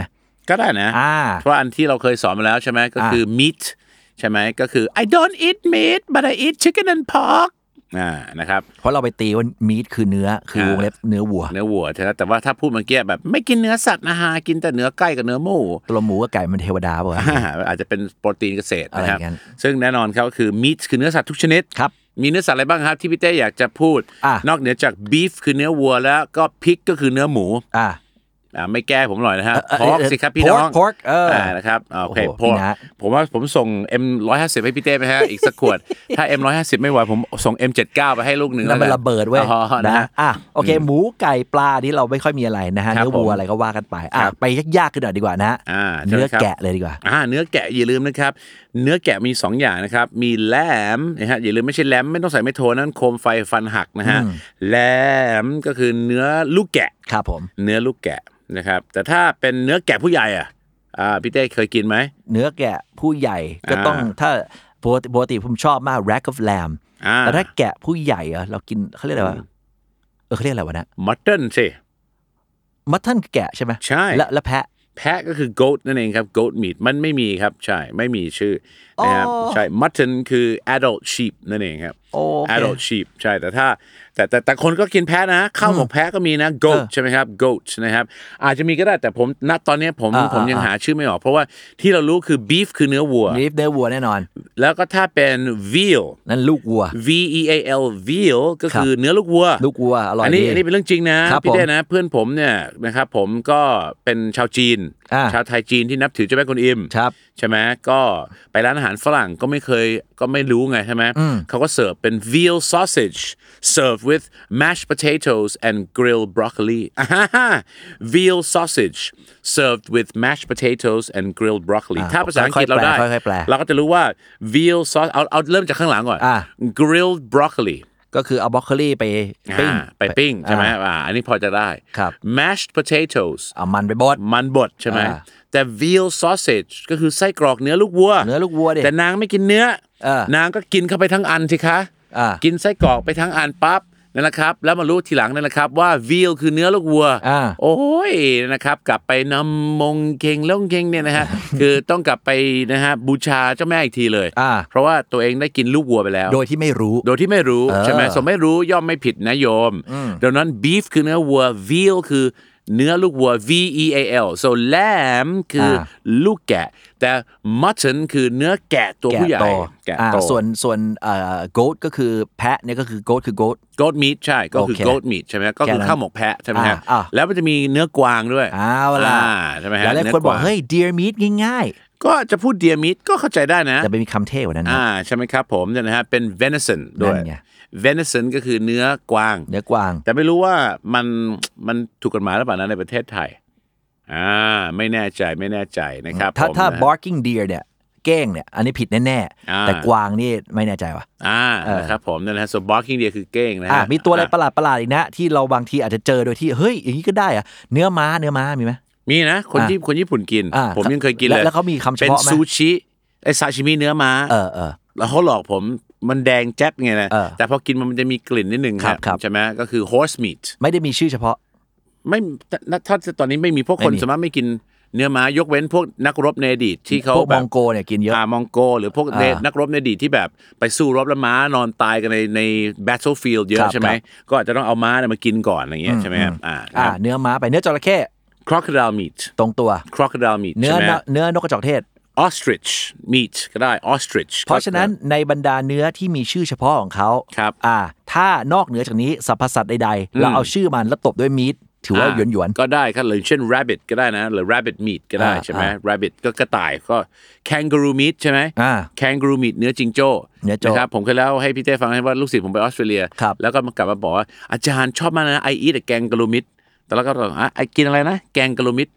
ก็ได้นะ
อ่า
เพราะอันที่เราเคยสอนมาแล้วใช่ไหมก็คืออ meat ใช่ไหมก็คือ I don't eat meat but I eat chicken and pork อ่านะครับ
เพราะเราไปตีว่ามีดคือเนื้อคือ
อ่า
วงเล็บเนื้อวัว
เนื้อวัวใช่ไหมแต่ว่าถ้าพูดเมื่อกี้แบบไม่กินเนื้อสัตว์นะฮะกินแต่เนื้อไก่กับเนื้อหมู
ตัวหมูกับไก่มันเทวดาเปล่าวะ
อาจจะเป็นโปรตีนเกษตร
อะไร
นะครับ
อย่างนั้น
ซึ่งแน่นอนครับก็คือ meat คือเนื้อสัตว์ทุกชนิด
ครับ
มีเนื้อสัตว์อะไรบ้างครับที่พี่เต้อยากจะพูด
อ่ะ
นอกเหนือจาก beef คือเนื้อวัวแล้วก็ pig ก็คือเนื้อหมู
อ่า
อ่าไม่แก้ผมหน่อยนะฮะ
เอ่อเอ่อ
pork สิครับพี่น้อง
pork pork เอออ่
านะครับอ่าโอเค
โอ้โห
pork
พี่นะ
ผมว่าผมส่ง M150 ให้พี่เต้ ไปฮะ อีกสักขวด ถ้า M150 ไม่ไหวผมส่ง M79 ไปให้ลูกหนึ่ง
นั่นมัน
แล้วกั
ระเบิดเว้ย
อ๋อนะฮะ
นะอ่ะโอเค หมูไก่ปลาที่เราไม่ค่อยมีอะไรนะฮะ
ครับ
เนื้อวั
ผ
ว
ม
อะไรก็ว่ากันไปอ่ะ
ครับ
ไปยากๆขึ้นหน่อยดีกว่านะ
อ่าเชิญครั
เนื้อ
บ
แกะเลยดีกว่า
อ่าเนื้อแกะอย่าลืมนะครับ เนื้อแกะมี 2 อย่างนะครับ มีแหลมนะฮะอย่าลืมไม่ใช่แหลมไม่ต้องใส่ไม่โทนั่นโคมไฟฟันหักนะฮะแหลมก็คือเนื้อลูกแกะ
ครับผม
เนื้อลูกแกะนะครับ แต่ถ้าเป็นเนื้อแกะผู้ใหญ่อ่ะอ่าพี่เต้เคยกินไหม
เนื้อแกะผู้ใหญ่ก็ต้อง
อ่า
ถ้าปกติปกติผมชอบมาก rack of lamb
อ่า
แต่ถ้าแกะผู้ใหญ่อะเรากินเขาเรียกอะไรวะเออเขาเรียกอะไรวะนะ
มัตเต n สิ
มัทเทิลแกะใช่ไหม
ใช่
และและแพะ
แพะก็คือ goat นั่นเองครับ goat meat มันไม่มีครับ ใช่ไม่มีชื่อนะครับ
อ๋อ
ใช่ mutton คือ adult sheep นั่นเองครับ
โอเค
adult sheep ใช่แต่ถ้าแต่แต่แต่คนก็กินแพะนะข้าวหมกแพะก็มีนะ goat ใช่ไหมครับ goat นะครับอาจจะมีก็ได้แต่ผมณตอนเนี้ยผม
อ่า
ผมยัง
อ่า
หาชื่อไม่ออก เพราะว่าที่เรารู้คือ beef คือเนื้อวัว
บีฟเนื้อวัวแน่นอน
แล้วก็ถ้าเป็น veal
นั่นลูกวัว
V E A L veal ก็คือเนื้อลูกวัว
ลูกวัวอร่อย
อันนี้
ดี
อันนี้เป็นเรื่องจริงนะครับ พี่
ผม
เต้นะเพื่อนผมเนี่ยนะครับผมก็เป็นชาวจีน
อ่า
ชาวไทยจีนที่นับถือเจ้าแม่กวนอิม
ครับ
ใช่ไหมก็ไปร้านอาหารฝรั่งก็ไม่เคยก็ไม่รู้ไงใช่ไหมเขาก็เสิร์ฟเป็น veal sausage served with mashed potatoes and grilled broccoli อ่าฮ่าฮ่า veal sausage served with mashed potatoes and grilled broccoli
อ่า
ถ้าภาษาอังกฤษเราได้
ค่อยๆแปล
เราก็จะรู้ว่า veal sauce เอาเอาเริ่มจากข้างหลังก่อน
อ่า
grilled broccoli
ก็คือเอาบล็อกเกอรี่ไปปิ้ง
อ่าไปปิ้งใช่ไหมอ่าอันนี้พอจะได้
ครับ
mashed potatoes
เอามันไปบด
มันบดใช่ไหม
อ่า
แต่ veal sausage ก็คือไส้กรอกเนื้อลูกวัว
เนื้อลูกวัวดิ
แต่นางไม่กินเนื้อ
เออน
างก็กินเข้าไปทั้งอันสิคะ
อ่ากิ
กินไส้กรอกไปทั้งอันปั๊บนั่นแหละครับ แล้วมารู้ทีหลังนั่นแหละครับว่า veal คือเนื้อลูกวัว
อ่า
โอ้ยนะครับ กลับไปนำมงเคงล่องเคงเนี่ยนะฮะ คือต้องกลับไปนะฮะบูชาเจ้าแม่อีกทีเลย
อ่า
เพราะว่าตัวเองได้กินลูกวัวไปแล้ว
โดยที่ไม่รู้
โดยที่ไม่รู้
เออ
ใช่ไหมสมไม่รู้ย่อมไม่ผิดนะโยม ดังนั้น beef คือเนื้อวัว veal คือเนื้อลูกวัว V E A L so lamb คืออา ลูกแกะ แต่ mutton คือเนื้อแกะตัวผู้ใหญ่ แกะ
อ่า
โต
ส่วนส่วนเอ่อ goat ก็คือแพะเนี่ยก็คือ goat คือ goat
goat meat ใช่ ก็คือ
โอเค
goat meat ใช่ไหมก็คือ
แกะนั้น
ข้าวหมกแพะใช่ไหมฮะ
อ่าอ่า
แล้วมันจะมีเนื้อกวางด้วย
เอาล่ะ
อ่ใช่ไหมฮะ
หลายหลาย
นื้
คนบอก
วง
เฮ้ย deer meat ง่าย
ก็จะพูด deer meat ก็เข้าใจได้นะ
ๆ แต่ไปมีคำเท่กว่านั้นนะ
อ่าใช่ไหมครับผมเนี่ยนะฮะเป็น venison ด้วย
นั่นไง
venison ก็คือเนื้อกวาง
เนื้อกวาง
แต่ไม่รู้ว่ามันมันถูกกฎหมายหรือเปล่านะในประเทศไทย อ่า ไม่แน่ใจไม่แน่ใจนะครับ
ถ้า
ผม
ถ้า
นะ
barking deer เนี่ยเก้งเนี่ย อันนี้ผิดแน่
อ่า
ๆ แต่กวางนี่ไม่แน่ใจว่ะ
อ่านะครับผมนั่นนะฮะ so barking deer คือเก้งนะ
อ่ะ
ฮะ
มีตัวอะไรประหลาดประหลาดๆอีกนะ ที่เราบางทีอาจจะเจอโดยที่ เฮ้ย อย่างนี้ก็ได้อะเนื้อม้าเนื้อม้ามีไหม
มีนะ คนที่คนญี่ปุ่นกิน
อ่า
ผมยังเคยกินเลย
แล้วแล้วเขามีคำเฉ
เป็น
พาะไหม
ซูชิไอซาชิมิเนื้อม้า
เออเออ
แล้วเขาหลอกผมมันแดงแจ๊ดไงนะ
เออ
แต่พอกินมันจะมีกลิ่นนิดนึง
ครับครับ
ใช่ไหมก็คือ horse meat
ไม่ได้มีชื่อเฉพาะ
ไม่ถ้าถ้าตอนนี้ไม่มีพวกคน
ไม่มี
สามารถไม่กินเนื้อม้ายกเว้นพวกนักรบในอดีตที่เขา
พวก
แบ
ม
บ
องโกเนี่ยกินเยอะ
อ่ามองโกหรือพวก
อ่า
ในนักรบในอดีตที่แบบไปสู้รบแล้วม้านอนตายกันในใน battlefield เย
ครั
อะ
บ
ใช่ไหม
ครับ
ก็อาจจะต้องเอาม้าเนี่ยมากินก่อนอะไรเงี้ยใช่ไหมครับอ่า
อ่า เนื้อม้าไปเนื้อจระเข้
ครอคดาลมีด
ตรงตัว
ครอคดาลมีด
เนื้อ
ใช่ไหม
เนื้อนกกระจอกเทศ
ostrich meat ก็ได้ ostrich
เพราะฉะนั้นในบรรดาเนื้อที่มีชื่อเฉพาะของเขา
ครับ
อ่า ถ้านอกเหนือจากนี้สรรพสัตว์ใดๆ เราเอาชื่อมันแล้วตบด้วยมีดถือว่าหยวนหยวน
ก็ได้ครับหรือเช่น rabbit ก็ได้นะหรือ rabbit meat ก็ได้
อ่า
ใช่ไหม rabbit ก็กระต่ายก็ kangaroo meat ใช่ไหม
อ่า
kangaroo meat เนื้อจิงโจ้
เนื้อโจ้
นะครับผมเคยเล่าให้พี่เต้ฟังให้ว่าลูกศิษย์ผมไปออสเตรเลีย
ครับ
แล้วก็มากลับมาบอกว่าอาจารย์ชอบมากนะ I eat a kangaroo meat แต่แล้วก็บอกอ่ะไอกินอะไรนะ แกงกะลูมิด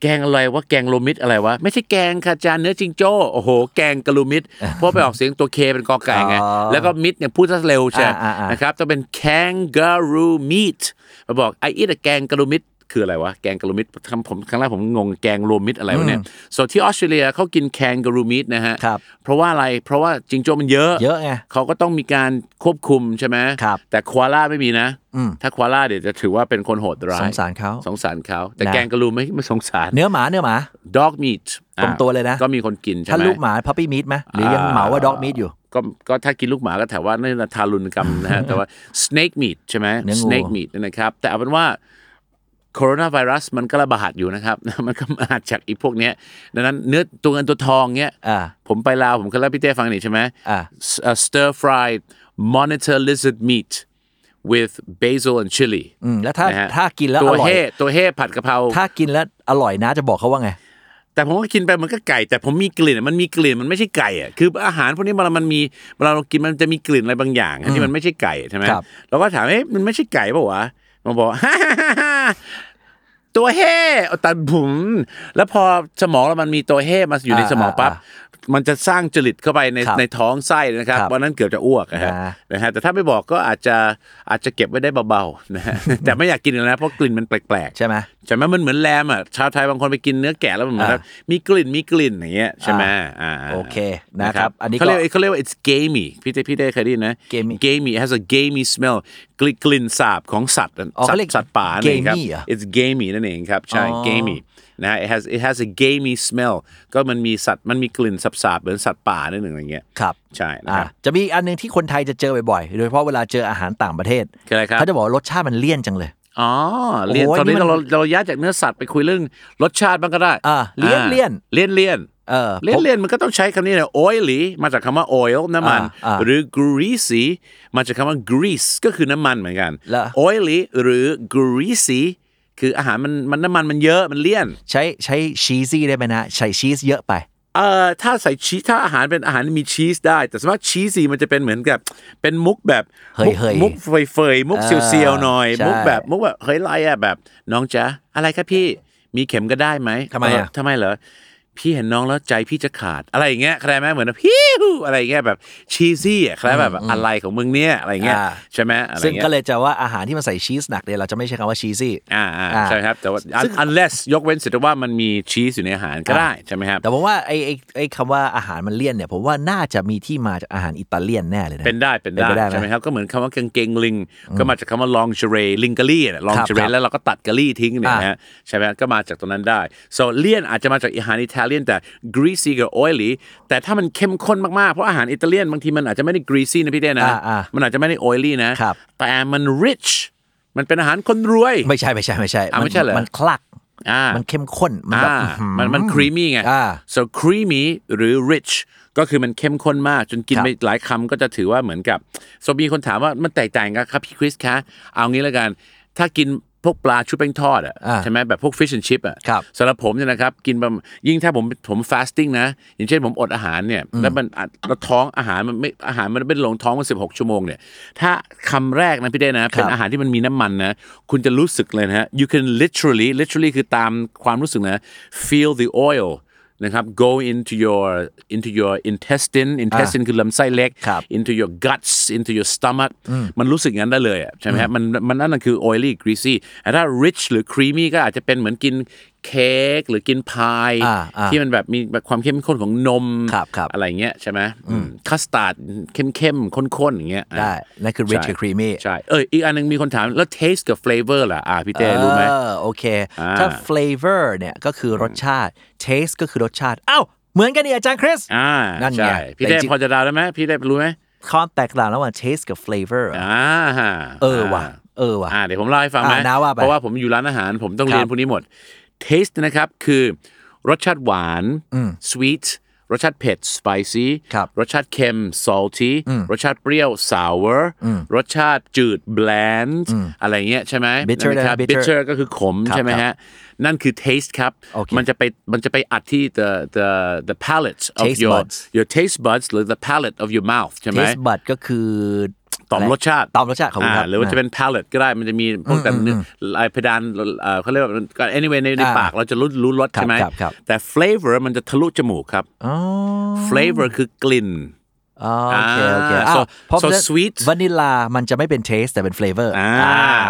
แกงอะไรวะแกงโลมิดอะไรวะ ไม่ใช่แกงค่ะอาจารย์เนื้อจิงโจ้โอ้โห แกงกะลูมิดเพราะไปออกเสียงตัวเคเป็นกอไก่ไง
อ๋อ
แล้วก็มิดเนี่ยพูดซะเร็วใช่
อ่าอ่าอ่าน
นะครับจะเป็น kangaroo meat มาบอก I eat a แกงกะลูมิดคืออะไรวะ แกงกะลูมิดคำผมครั้งแรกผมงงแกงโลมิดอะไรวะเนี่ยส่วนที่ออสเตรเลียเขากินแคนกะลูมิดนะฮะ
ครับ
เพราะว่าอะไร เพราะว่าจิงโจ้มันเยอะ
เยอะไง
เขาก็ต้องมีการควบคุมใช่ไหม
ครับ
แต่ควาล่าไม่มีนะ
อืม
ถ้าควาล่าเดี๋ยวจะถือว่าเป็นคนโหดร้าย
สงสารเขา
สงสารเขา แต่
นะ
แกงกะลูไม่ไม่สงสาร
เนื้อหมาเนื้อหมา
dog meat
ตรงตัวเลยนะ
ก็มีคนกินใช่ไหม
ถ้าลูกหมาพั p ปี้มีดไหมหรือยังเหมาว่าด็อกมีดอยู่
ก็ก็ถ้ากินลูกหมาก็ถือว่านี่นะทารุณกรรมนะ ฮะ แต่ว่า snake meat ใช่ไหม
เนื้องู
snake meat เนี่ยนะครับ แต่เอาเป็นว่าโคโรนาไวรัสมันก็ระบาดอยู่นะครับ มันก็มาจากอีพวกเนี้ยดังนั้นเนื้อตัวเงินตัวทองเนี้ย
อ่า
ผมไปลาว ผมเคยเล่าให้พี่เต้ฟังนี่ใช่ไหม
อ่า
s- uh, stir fried monitor lizard meat with basil and chili
อืมแล้วถ้า
นะฮะ
ถ้ากินแล้ว
ตั
อ
ว
ร่อย
เฮ่ตัวเฮ่ผัดกะเพรา
ถ้ากินแล้วอร่อยนะจะบอกเขาว่าไง
แต่ผมก็กินไปมันก็ไก่ แต่ผมมีกลิ่นอะมันมีกลิ่นมันไม่ใช่ไก่อ่ะคืออาหารพวกนี้เวลามันมีเวลาเรากินมันจะมีกลิ่นอะไรบางอย่างอะที่มันไม่ใช่ไก่ใช่ไหม
ครับ
เราก็ถามเอ๊ะมันไม่ใช่ไก่เปล่าว ะมันบอก ตัวเฮ่เอาแต่ผมแล้วพอสมองเรามันมีตัวเฮ่มาอยู่ในสมองปั๊บมันจะสร้างจริตเข้าไปใน
ครับ
ในท้องไส้นะครับ
ครับ
วันนั้นเกือบจะอ้วกนะฮะ
อ่า
นะฮะแต่ถ้าไม่บอกก็อาจจะอาจจะเก็บไว้ได้เบาๆ นะฮะ แต่ไม่อยากกินอีกแล้วนะเพราะกลิ่นมันแปลกๆ
ใช่ไหม
ใช่ไหมมันเหมือนแรมอ่ะชาวไทยบางคนไปกินเนื้อแกะแล้วมันเหมือนแบบมีกลิ่นมีกลิ่นอย่างเงี้ยใช่ไหม
อ่า
อ่า
โอเคนะครับอันนี้ก็
เขาเรียกเขาเรียกว่า it's gamey พี่เต้พี่เต้เคยได้ยินนะ
gamey
gamey it has a gamey smell กลิ่นกลิ่นสาบของสัตว์
อ๋อ
สัต
เขาเรียก
ว์สัตว์ป่านั่นเองครับ
gamey เหรอ
it's gamey นั่นเองครับใช่
อ๋อ
gamey นะฮะ it has it has a gamey smell ก็มันมีสัตว์มันมีกลิ่นสาบๆเหมือนสัตว์ป่านั่นเองอย่างเงี้ย
ครับ
ใช่นะ
อ่า
ครับ
จะมีอีกอันหนึงที่คนไทยจะเจอบ่อยๆ โดยเฉพาะเวลาเจออาหารต่างประเทศ
คืออะไรครับ
เขาจะบอกว่ารสชาติมันเลี่ยนจังเลย
อ๋อเรียน
โอ้ย
ตอนนี้
นี่มัน
เราเราย้ายจากเนื้อสัตว์ไปคุยเรื่องรสชาติบ้างก็ได้
อ่าเลี่ยน
อ่า
เลี่ยน
เลี่ยนเลี่ยน
เออ
เล่
ผ
น
ม
ๆมันก็ต้องใช้คำนี้นะ oily มาจากคำว่า oil น้ำมัน
อ่าอ่า
หรือ greasy มาจากคำว่า grease ก็คือน้ำมันเหมือนกัน
แล้ว
oily หรือ greasy คืออาหารมันมันน้ำมันมันเยอะมันเลี่ยน
ใช้ใช้ชีซี่ได้ไหมนะ ใช้ชีสเยอะไป
เอ่อถ้าใส่ชีสถ้าอาหารเป็นอาหารมีชีสได้ แต่สมมติชีสสีมันจะเป็นเหมือนกับ เป็นมุกแบบ
เฮ้ย
มุก
เฮ้ย
มุกเฟยเฟยๆมุกเซียวเซียวๆหน่อย
ใช่
มุกแบบมุกแบบเฮ้ยไรอะแบบ น้องจ๊ะอะไรครับพี่มีเข็มก็ได้ไหม
ทำไมอะ
เทำไมเหรอพี่เห็นน้องแล้วใจพี่จะขาดอะไรอย่างเงี้ยเข้าใจไหมเหมือนพี่อะไรอย่างเงี้ยแบบชีซี่อะเข้าใจไหมแบบอะไรของมึงเนี่ยอะไรอย่างเงี้ยใช่ไหมอะไรอ
ซึ่ง
ย่างเงี้ย
ก็เลยจะว่าอาหารที่มันใส่ชีสหนักเนี่ยเราจะไม่ใช้คำว่าชีซี่
อ่าอ่า
อ่า
ใช่ครับแต่ว่า
ซึ่ง
unless ยกเว้นเสียแต่ว่ามันมีชีสอยู่ในอาหารก็ได้ใช่ไหมครับ
แต่ผมว่าไอ้ไอ้ไอ้คำว่าอาหารมันเลี่ยนเนี่ยผมว่าน่าจะมีที่มาจากอาหารอิตาเลียนแน่เลยนะ
เป็นได้เป็น
เป็น
ได้
ไปได้ไหม
ใช่ไหมครับก็เหมือนคำว่ากางเกงลิง ก็มาจากคำว่าลองเชเรลิงกะลี่ลองเชเร
ครับ
แล้วเราก็ตัดกะลี่ทิ้งเนี่ย
อ่า
นะฮะใช่ไหมก็มาจากตรงนั้นได้ so เลี่ยนอาจจะมาจากอาหารอิตาเลียนแต่ greasy กับ oily แต่ถ้ามันเข้มข้นมากๆ เพราะอาหารอิตาเลียนบางทีมันอาจจะไม่ได้ greasy นะพี่เต้นะ
อ่าอ่ามั
มันอาจจะไม่ได้ oily นะครับ แต่มัน rich มันเป็นอาหารคนรวย
ไม่ใช่ไม่ใช่ไม่ใช่
อ่ะไม่ใช่เหรอ
มันคลัก
อ่ามั
มันเข้มข้นมันแบบ
อ่ามันมันครีมมี่ไง
อ่า
so creamy หรือ rich ก็คือมันเข้มข้นมาก จนกิน
ครับ
ไปหลายคำก็จะถือว่าเหมือนกับ so มีคนถามว่ามันแตกต่างกันครับพี่คริสคะเอางี้แล้วกัน ถ้ากินพวกปลาชุบแป้งทอดอ่ะ
อ่า
ใช่ไหมแบบพวก fish and chip อ่ะ
ครับ
สำหรับผมเนี่ยนะครับ กินประมาณยิ่งถ้าผมผม fasting นะ อย่างเช่นผมอดอาหารเนี่ย แล้วมันอ่ะแล้วท้องอาหารมันไม่อาหารมันเป็นลงท้องมา16 ชั่วโมงเนี่ย ถ้าคำแรกนะพี่เด้นะ เป็
ครั
น
บ
อาหารที่มันมีน้ำมันนะ คุณจะรู้สึกเลยนะฮะ you can literally literally คือตามความรู้สึกนะ feel the oil นะครับ go into your into your intestine intestine คือลำไส้เล็ก
ครับ
into your guts into your stomach มันรู้สึกอย่างนั้นได้เลยอะใช่ไหมฮะมันมันนั่นนะคือ oily greasy แต่ถ้า rich หรือ creamy ก็อาจจะเป็นเหมือนกินเค้กหรือกินพาย
อ่าอ่า
ที่มันแบบมีแบบความเข้มข้นของนม
ครับครับ
อะไรเงี้ยใช่ไหมคัสตาร์ดเข้มๆข้นๆอย่างเงี้ย
ได้นั่นคือ rich
ใช่
กับ creamy
ใช่ เอออีกอันหนึงมีคนถาม แล้ว taste กับ flavor ล่ะ อ่าพี่เต้
เอ
รู้ไหม
อโอเค
อ่า
ถ้า flavor เนี่ยก็คือรสชาติ taste ก็คือรสชาติ อ้าวเหมือนกันนี่อาจารย์คริส
อ่า
นั่นไง
ใช่พี่
แต่
เต้
จริง
พอจะเดาได้ไหมพี่เต้รู้ไหม
ความแตกต่างระหว่าง taste กับ flavor อะ
อ่า
เออว่ะเออว่ะ
อ่าเดี๋ยวผมเล่าให้ฟังไหม
อ่าน้าว่าไป
เพราะว่าผมอยู่ร้านอาหารผมต้อง
ครับ
เรียนพวกนี้หมด taste นะครับ คือรสชาติหวาน sweet รสชาติเผ็ด spicy
ครับ
รสชาติเค็ม salty รสชาติเปรี้ยว sour รสชาติจืด bland อะไรเงี้ยใช่ไหม
bitter
นั่นนะครับ
ได้ไหม bitter
bitter ก็คือขม
ครับ
ใช่ไหม
ครับ
ฮะ นั่นคือ taste ครับ
โอเค
มันจะไปมันจะไปอัดที่ the the the palate of
Taste
your
buds
your taste buds หรือ the palate of your mouth ใช่ไหม
taste bud ก็คือ
ต่อมรสชาติ
ต่อมรสชาติขอบคุณครับ
หรือว่าจะเป็น palate ก็ได้มันจะมีพวกแต่เนื้อลายเพดานเอ่อเขาเรียกว่า anyway ในใน
อ่า
ปากเราจะรู้รู้รส
ครับ
ใช่ไหม
ครับครับ
แต่ flavor มันจะทะลุจมูกครับ
อ๋อ
flavor คือกลิ่น
อ๋อโอเคโอเค
อ่า
อ้าว
so-
เพราะ
so sweet
วานิลามันจะไม่เป็น taste แต่เป็น flavor
อ่า
โ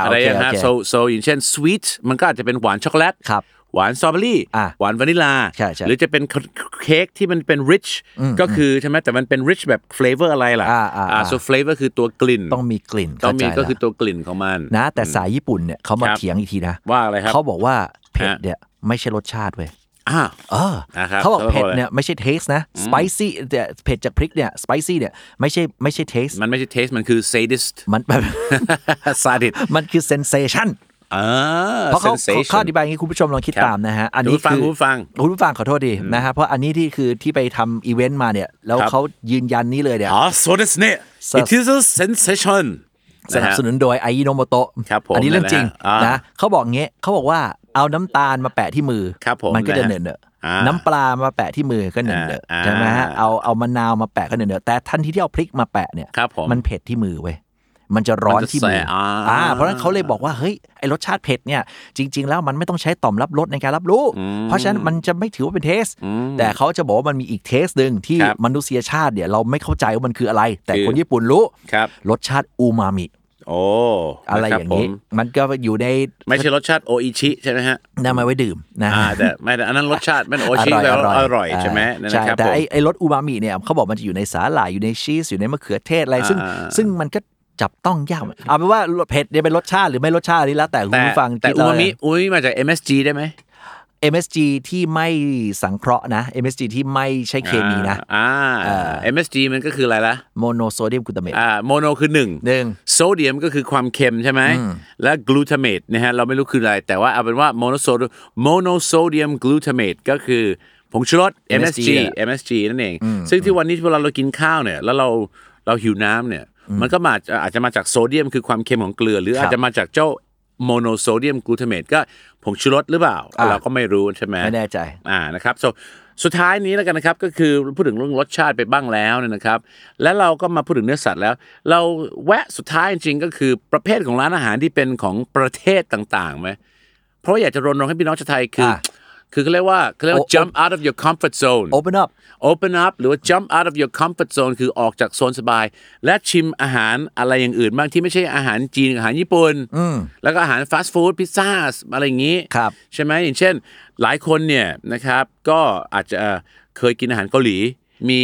อ
อะไร
เค
อย่าง
โอ
เงี้ย
เค
โซโซอย่างเช่น sweet มันก็อาจจะเป็นหวานช็อกโกแลต
ครับ
หวานสตรอเบอรี่
อ่ะ
หวานวานิลา
ใช่ใช่
หรือจะเป็นเค้กที่มันเป็น rich ก็คือใช่ไหมแต่มันเป็น rich แบบ flavor อะไรล่ะ
อ่าอ่าอ่า
โซ flavor คือตัวกลิ่น
ต้องมีกลิ่น
ต้องมี
เข้าใจ
ก็คือ
ละ
ตัวกลิ่นของมัน
นะแต่สายญี่ปุ่นเนี่ยเขามา
ครับ
เถียงอีกทีนะ
ว่าอะไรครับ
เขาบอกว่าเผ็ด
ฮะ
เนี่ยไม่ใช่รสชาติเว้ย
อ่า
เออ
นะครับ
เขาบอก
เขาบอก
เผ็ด
อะไร
เนี่ยไม่ใช่ taste นะ spicy เนี่ยเผ็ดจากพริกเนี่ย spicy เนี่ยไม่ใช่ไม่ใช่ taste
มันไม่ใช่ taste มันคือ sadist
มันแบบ
ซาดิส
มันคือ sensation
อ่า
เพราะเขา
sensation
เขาอธิบายอย่างนี้คุณผู้ชมลองคิด
ครับ
ตามนะฮะ อันนี้
คุณผู้ฟัง
คือ
คุณ
คุณ
ผู้ฟัง
ผู้ฟังขอโทษดีนะฮะเพราะอันนี้ที่คือที่ไปทำอีเวนต์มาเนี่ย แล้ว
ครับ
เขายืนยันนี้เลยเนี่ย
อ๋อ so ですね it is a sensation
สนับสนุนโดยไอ n o โนโมโตะ
ครับผม
อันี้เรื่องจริง
นั่นแหละฮะ
นะเขาบอกเงี้ยเขาบอกว่าเอาน้ำตาลมาแปะที่มือ
ครับผม
มันก็จะ
นะฮะ
เหนอะเนอะ
อ่า
น้ำปลามาแปะที่มือก็เหนอะเนอะ
อ่า
ใช่ไหมฮะเอาเอามะนาวมาแปะก็เหนอะเนอะแต่ทันทีที่เอาพริกมาแปะเนี่ย
ครับผม
มันเผ็ดที่มือเว้ยมันจะร้อนที่มื
มันจะแสบอ่า
อ่าเพราะฉะนั้นเขาเลยบอกว่าเฮ้ยไอรสชาติเผ็ดเนี่ยจริง ๆ แล้วมันไม่ต้องใช้ต่อมรับรสในการรับรู้ เพราะฉะนั้นมันจะไม่ถือว่าเป็นเทส แต่เขาจะบอกว่ามันมีอีกเทสหนึ่งที่
ครับ
มนุษยชาติเนี่ยเราไม่เข้าใจว่ามันคืออะไร แต่
คือ
คนญี่ปุ่นรู้
ครับ
รสชาติอูมามิ
โอ้
อะไร
ค
อบ ย่าง
ผ
นี้
ม
มันก็อยู่ใน
ไม่ใช่รสชาติโออิชิใช่ไหมฮะ
นำมาไว้ดื่มนะ
อ่าแต่ไม่แต่อันนั้นรสชา ติมันโอชิแล้วอร่อยใช่ไหมนั่น
ใช่
นะครับ
แต่
ผม
ไอ้ไอ้รสอูมามิเนี่ยเขาบอกมันจะอยู่ในสาหร่ายอยู่ในชีสอยู่ในมะเขือเทศอะไร ซึ่ง
อ่า
ซึ่งมันก็จับต้องยากเอาเป็นว่ารสเผ็ดเนี่ยเป็นรสชาติหรือไม่รสชาตินี่แล้วแต่คุณ
แต่
ผู้ฟัง
แต่
คิด
อู
เเลย
มามิอูมามิมาจาก MSG ได้ไหม
MSG ที่ไม่สังเคราะห์นะ MSG ที่ไม่ใช่เคมีนะ
อ่า MSG มันก็คืออะไรล่ะ
โมโนโซเดียมกลูตาเมต
อ่าโมโนคือหนึ่ง
หนึ่ง
โซเดียมก็คือความเค็มใช่ไหม และกลูตาเมตนะฮะเราไม่รู้คืออะไร แต่ว่าเอาเป็นว่าโมโนโซโมโนโซเดียมกลูตาเมตก็คือ ผงชูรส MSG
MSG แหละ
MSG นั่นเอง ซึ่งที่วันนี้เวลาเรากินข้าวเนี่ย แล้วเราเราหิวน้ำเนี่ย มันก็มาอาจจะมาจากโซเดียมคือความเค็มของเกลือ หรืออาจจะมาจากเจ้าโมโนโซเดียมกลูทาเมตก็ผงชูรสหรือเปล่า
อ่า
เราก็ไม่รู้ใช่ไหม
ไม่แน่ใจ
อ่านะครับ so สุดท้ายนี้แล้วกันนะครับ ก็คือพูดถึงเรื่องรสชาติไปบ้างแล้วเนี่ยนะครับ และเราก็มาพูดถึงเนื้อสัตว์แล้ว เราแวะสุดท้ายจริงๆก็คือประเภทของร้านอาหารที่เป็นของประเทศต่างๆไหมเพราะอยากจะรณรงค์ให้พี่น้องชาวไทยคืออ
อ่ะ
คือเขาเรียกว่าเขาเรียกว่า
โอ
jump out of your comfort zone
open up
open up หรือว่า jump out of your comfort zone คือออกจากโซนสบาย และชิมอาหารอะไรอย่างอื่นบ้างที่ไม่ใช่อาหารจีนอาหารญี่ปุ่นแล้วก็อาหารฟาสต์ฟู้ดพิซซ่าอะไรอย่างนี้
ครับ
ใช่ไหมอย่างเช่น หลายคนเนี่ยนะครับก็อาจจะเอ่อเคยกินอาหารเกาหลี มี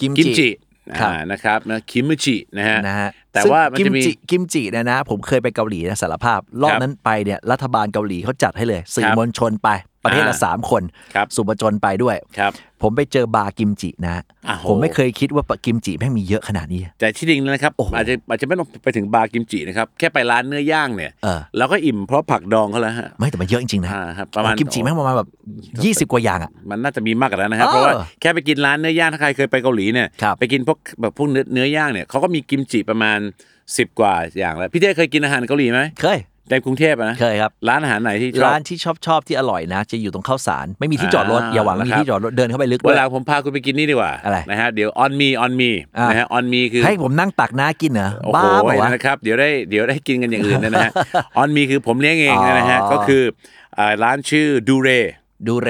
กิมจิครับ
อ่านะครับนะคิมจินะฮะ
นะฮะ
แต่
ซึ่ง
ว่ามัน
กิ
จะมี
จิกิมจิเนี่ยนะ ผมเคยไปเกาหลีนะสารภาพ รอบนั้นไปเนี่ยรัฐบาลเกาหลีเขาจัดให้เลย สื่อมวลชนไปประเทศละ
อ่า
สามคน
ครับ
สุบจนไปด้วย
ครับ
ผมไปเจอบาร์กิมจินะ
อ่ะโห
ผมไม่เคยคิดว่ากิมจิแม่งมีเยอะขนาดนี้
แต่ที่จริงนะครับ
โอ้โห
อาจจะอาจจะไม่ต้องไปถึงบาร์กิมจินะครับ แค่ไปร้านเนื้อย่างเนี่ย
เออ
เราก็อิ่มเพราะผักดองเขาแล้วฮะ
ไม่แต่มันเยอะจริงๆนะ
อ่าครับประมาณ
กิมจิแม่งประมาณแบบยี่สิบกว่าอย่างอ่ะ
มันน่าจะมีมากกว่านั้นนะครับ
เออ
เพราะว่าแค่ไปกินร้านเนื้อย่างถ้าใครเคยไปเกาหลีเนี่ย
ครับ
ไปกินพวกแบบพวกเนื้อเนื้อย่างเนี่ยเขาก็มีกิมจิประมาณ 10 กว่าอย่างแล้วพี่เต้เคยกินอาหารเกาหลีไหม
เคย
ในกรุงเทพอะนะ
เคยครับ
ร้านอาหารไหนที่ชอบ
ร้านที่ชอบชอบที่อร่อยนะ จะอยู่ตรงข้าวสาร ไม่มีที่จอดรถ
อ่า
อย่าหวังมี
นะครับ
ที่จอดรถเดินเข้าไปลึกด้
วั
วย
นหลังผมพาคุณไปกินนี่ดีกว่า
อะไร
นะฮะเดี๋ยว on me on me
อ่าน
นะฮะ on me คือ
ให้ผมนั่งตักน้ากินเหรอ
โอ้
บ้า
โห
เปล่าวะ
นะครับเดี๋ยวได้เดี๋ยวได้กินกันอย่างอื่นนะ ฮะ on me คือผมเลี้ยงเองนะฮะ
อ๋อ
ก็คืออ่าร้านชื่อดูเร
ดูเร